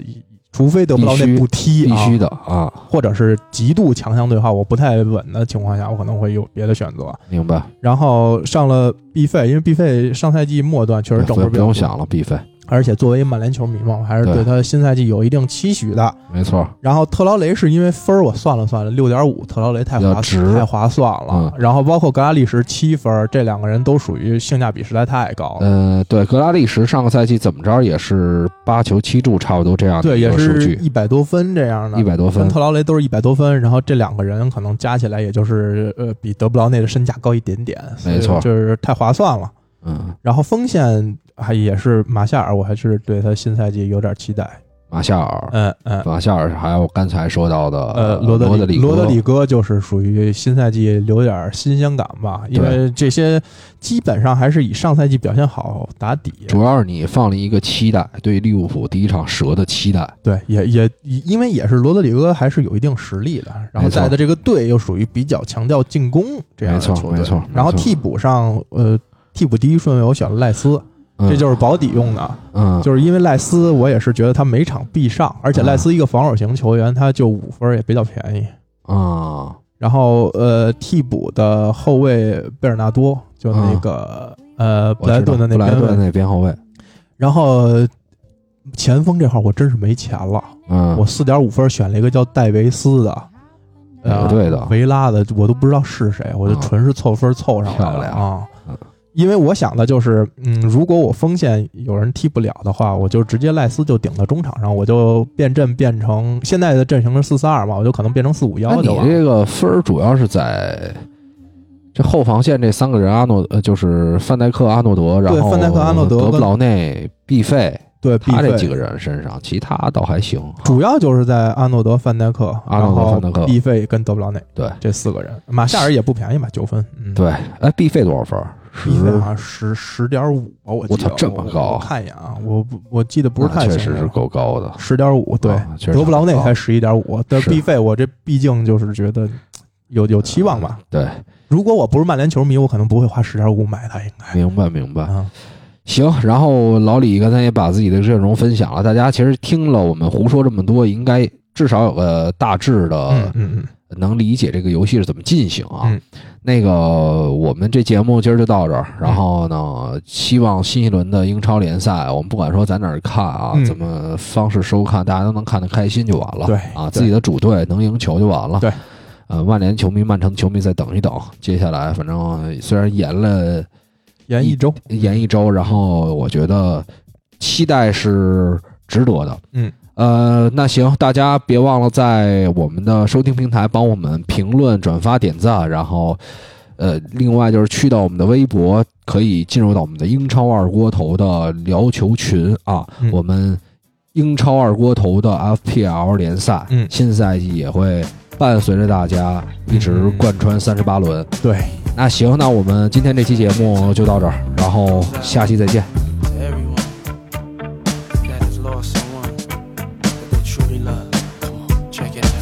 除非德布劳
必
内
须
不踢、
必
啊，
须的啊，
或者是极度强强对话，我不太稳的情况下，我可能会有别的选择。
明白。
然后上了 B 费，因为 B 费上赛季末段确实
不
整分
不
比较
用
多
想了，必费。
而且作为曼联球迷嘛，我还是
对
对他新赛季有一定期许的。
没错，
然后特劳雷是因为分儿我算了算了，六点五，特劳雷太
比较
划
值嗯
太划算了。然后包括格拉利什七分儿，这两个人都属于性价比实在太高了。
呃，对，格拉利什上个赛季怎么着也是八球七助，差不多这样的
对，
一
也
个数
是
据，
一百多分这样的，
一百多分
跟。特劳雷都是一百多分，然后这两个人可能加起来也就是呃比德布劳内的身价高一点点，所以
没错
就是太划算了。
嗯，
然后锋线还也是马夏尔，我还是对他新赛季有点期待。
马夏尔，
嗯嗯，
马夏尔，还有刚才说到的
呃，罗
罗
德
里
罗德
戈
里戈就是属于新赛季留点新鲜感吧，因为这些基本上还是以上赛季表现好打底。
主要是你放了一个期待，对利物浦第一场蛇的期待，
对，也也因为也是罗德里戈还是有一定实力的，然
没
后
错
带的这个队又属于比较强调进攻这样的
没错
球队
没错没错
然后替补上，呃，替补第一顺位我选了赖斯，
嗯、
这就是保底用的，
嗯，
就是因为赖斯，我也是觉得他每场必上，而且赖斯一个防守型球员，他就五分也比较便宜。
啊，
然后呃，替补的后卫贝尔纳多，就那个、呃
嗯
布
我
莱
知道
顿的那
布莱
边
顿
位，
那边后卫，
然后前锋这块儿我真是没钱了，
嗯，
我四点五分选了一个叫戴维斯的，
哪
呃
个，队啊的？
维拉的，我都不知道是谁，我就
哎啊
纯是凑分凑上来
漂
了
亮
啊
嗯。
因为我想的就是，嗯，如果我锋线有人踢不了的话，我就直接赖斯就顶到中场上，我就变阵变成现在的阵型是四四二嘛，我就可能变成四五
那
幺
你
就完了。
这个分儿主要是在这后防线这三个人，阿诺呃就是范戴克、阿诺德，然后
范戴克阿诺德
德
跟
布劳内、毕费，
对，必
他这
费
几个人啊身上，其他倒还行。
主要就是在阿诺德、范戴克、
阿诺德范戴克
毕费跟德布劳内
对
这四个人，马夏尔也不便宜吧，九分。嗯，
对，哎，毕费多少分儿？十
毕费好像啊十十点五吧，我记得
我操这么高啊
我看一眼啊，我不我记得不是
那啊
太
确
清
实是
楚，
够高的。
十点五对。
啊确实
德布劳内
很高
才十一点五，但
是
是 B 费我这毕竟就是觉得有有期望吧。
嗯对，
如果我不是曼联球迷，我可能不会花十点五买它，应该
明白明白。
啊。
行，然后老李刚才也把自己的阵容分享了，大家其实听了我们胡说这么多，应该至少有个大致
嗯
的
嗯嗯，
能理解这个游戏是怎么进行啊。
嗯
那个我们这节目今儿就到这儿，然后呢，
嗯
希望新一轮的英超联赛，我们不管说在哪儿看啊，
嗯
怎么方式收看，大家都能看得开心就完了。
对
啊，
对
自己的主队能赢球就完了。
对。
呃，曼联球迷、曼城球迷再等一等，接下来反正虽然延了
延一周，
延一周，然后我觉得期待是值得的。
嗯，
呃，那行，大家别忘了在我们的收听平台帮我们评论、转发、点赞，然后。呃，另外就是去到我们的微博，可以进入到我们的英超二锅头的聊球群啊。
嗯
我们英超二锅头的 FPL 联赛，
嗯
新赛季也会伴随着大家一直
嗯
贯穿三十八轮。
对，
那行，那我们今天这期节目就到这儿，然后下期再见。
to everyone that has lost someone that they truly love. Come on, check it out.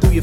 Through your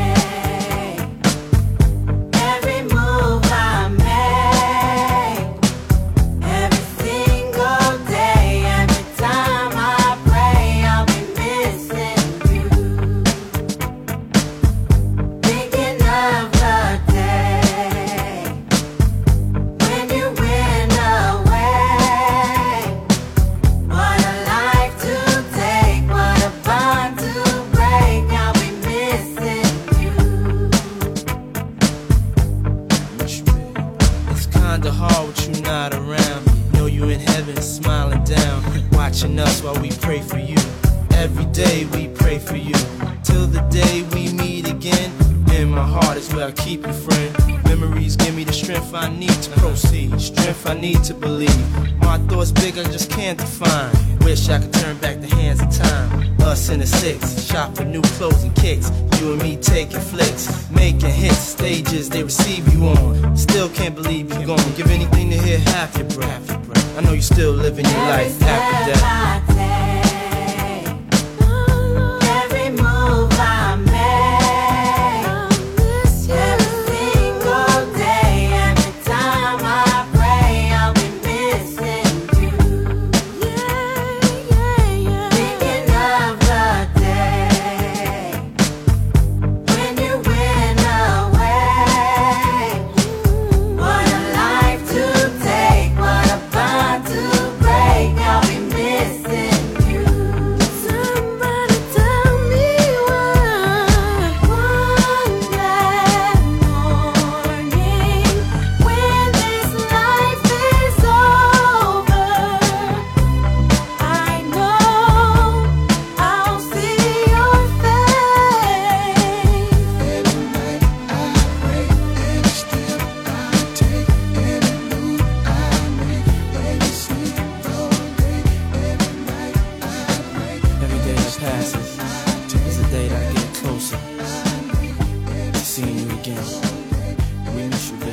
Every move I make, every single day, every time I pray, I'll be missing you. Thinking of the day when you went away. What a life to take, what a bond to break. I'll be missing you.
It's kinda hard with you not around. Know you in heaven smiling down, watching us while we pray for you. Every day we pray for you, till the day we meet again. In my heart is where I keep you, friend. Memories give me the strength I need to proceed, strength I need to believe. My thoughts big, I just can't define. Wish I could turn back the hands of time. Us in the six, shop for new clothes and kicks. You and me taking flicks, making hits, stages they receive you on. Still can't believe you're gone. Give anything to hear half your breath. I know you still living your life after death.
Somebody tell me why one bad morning when this life is over I know I'll see your face
Every day that passes is a day that I get closer to seeing you again. We miss you, baby.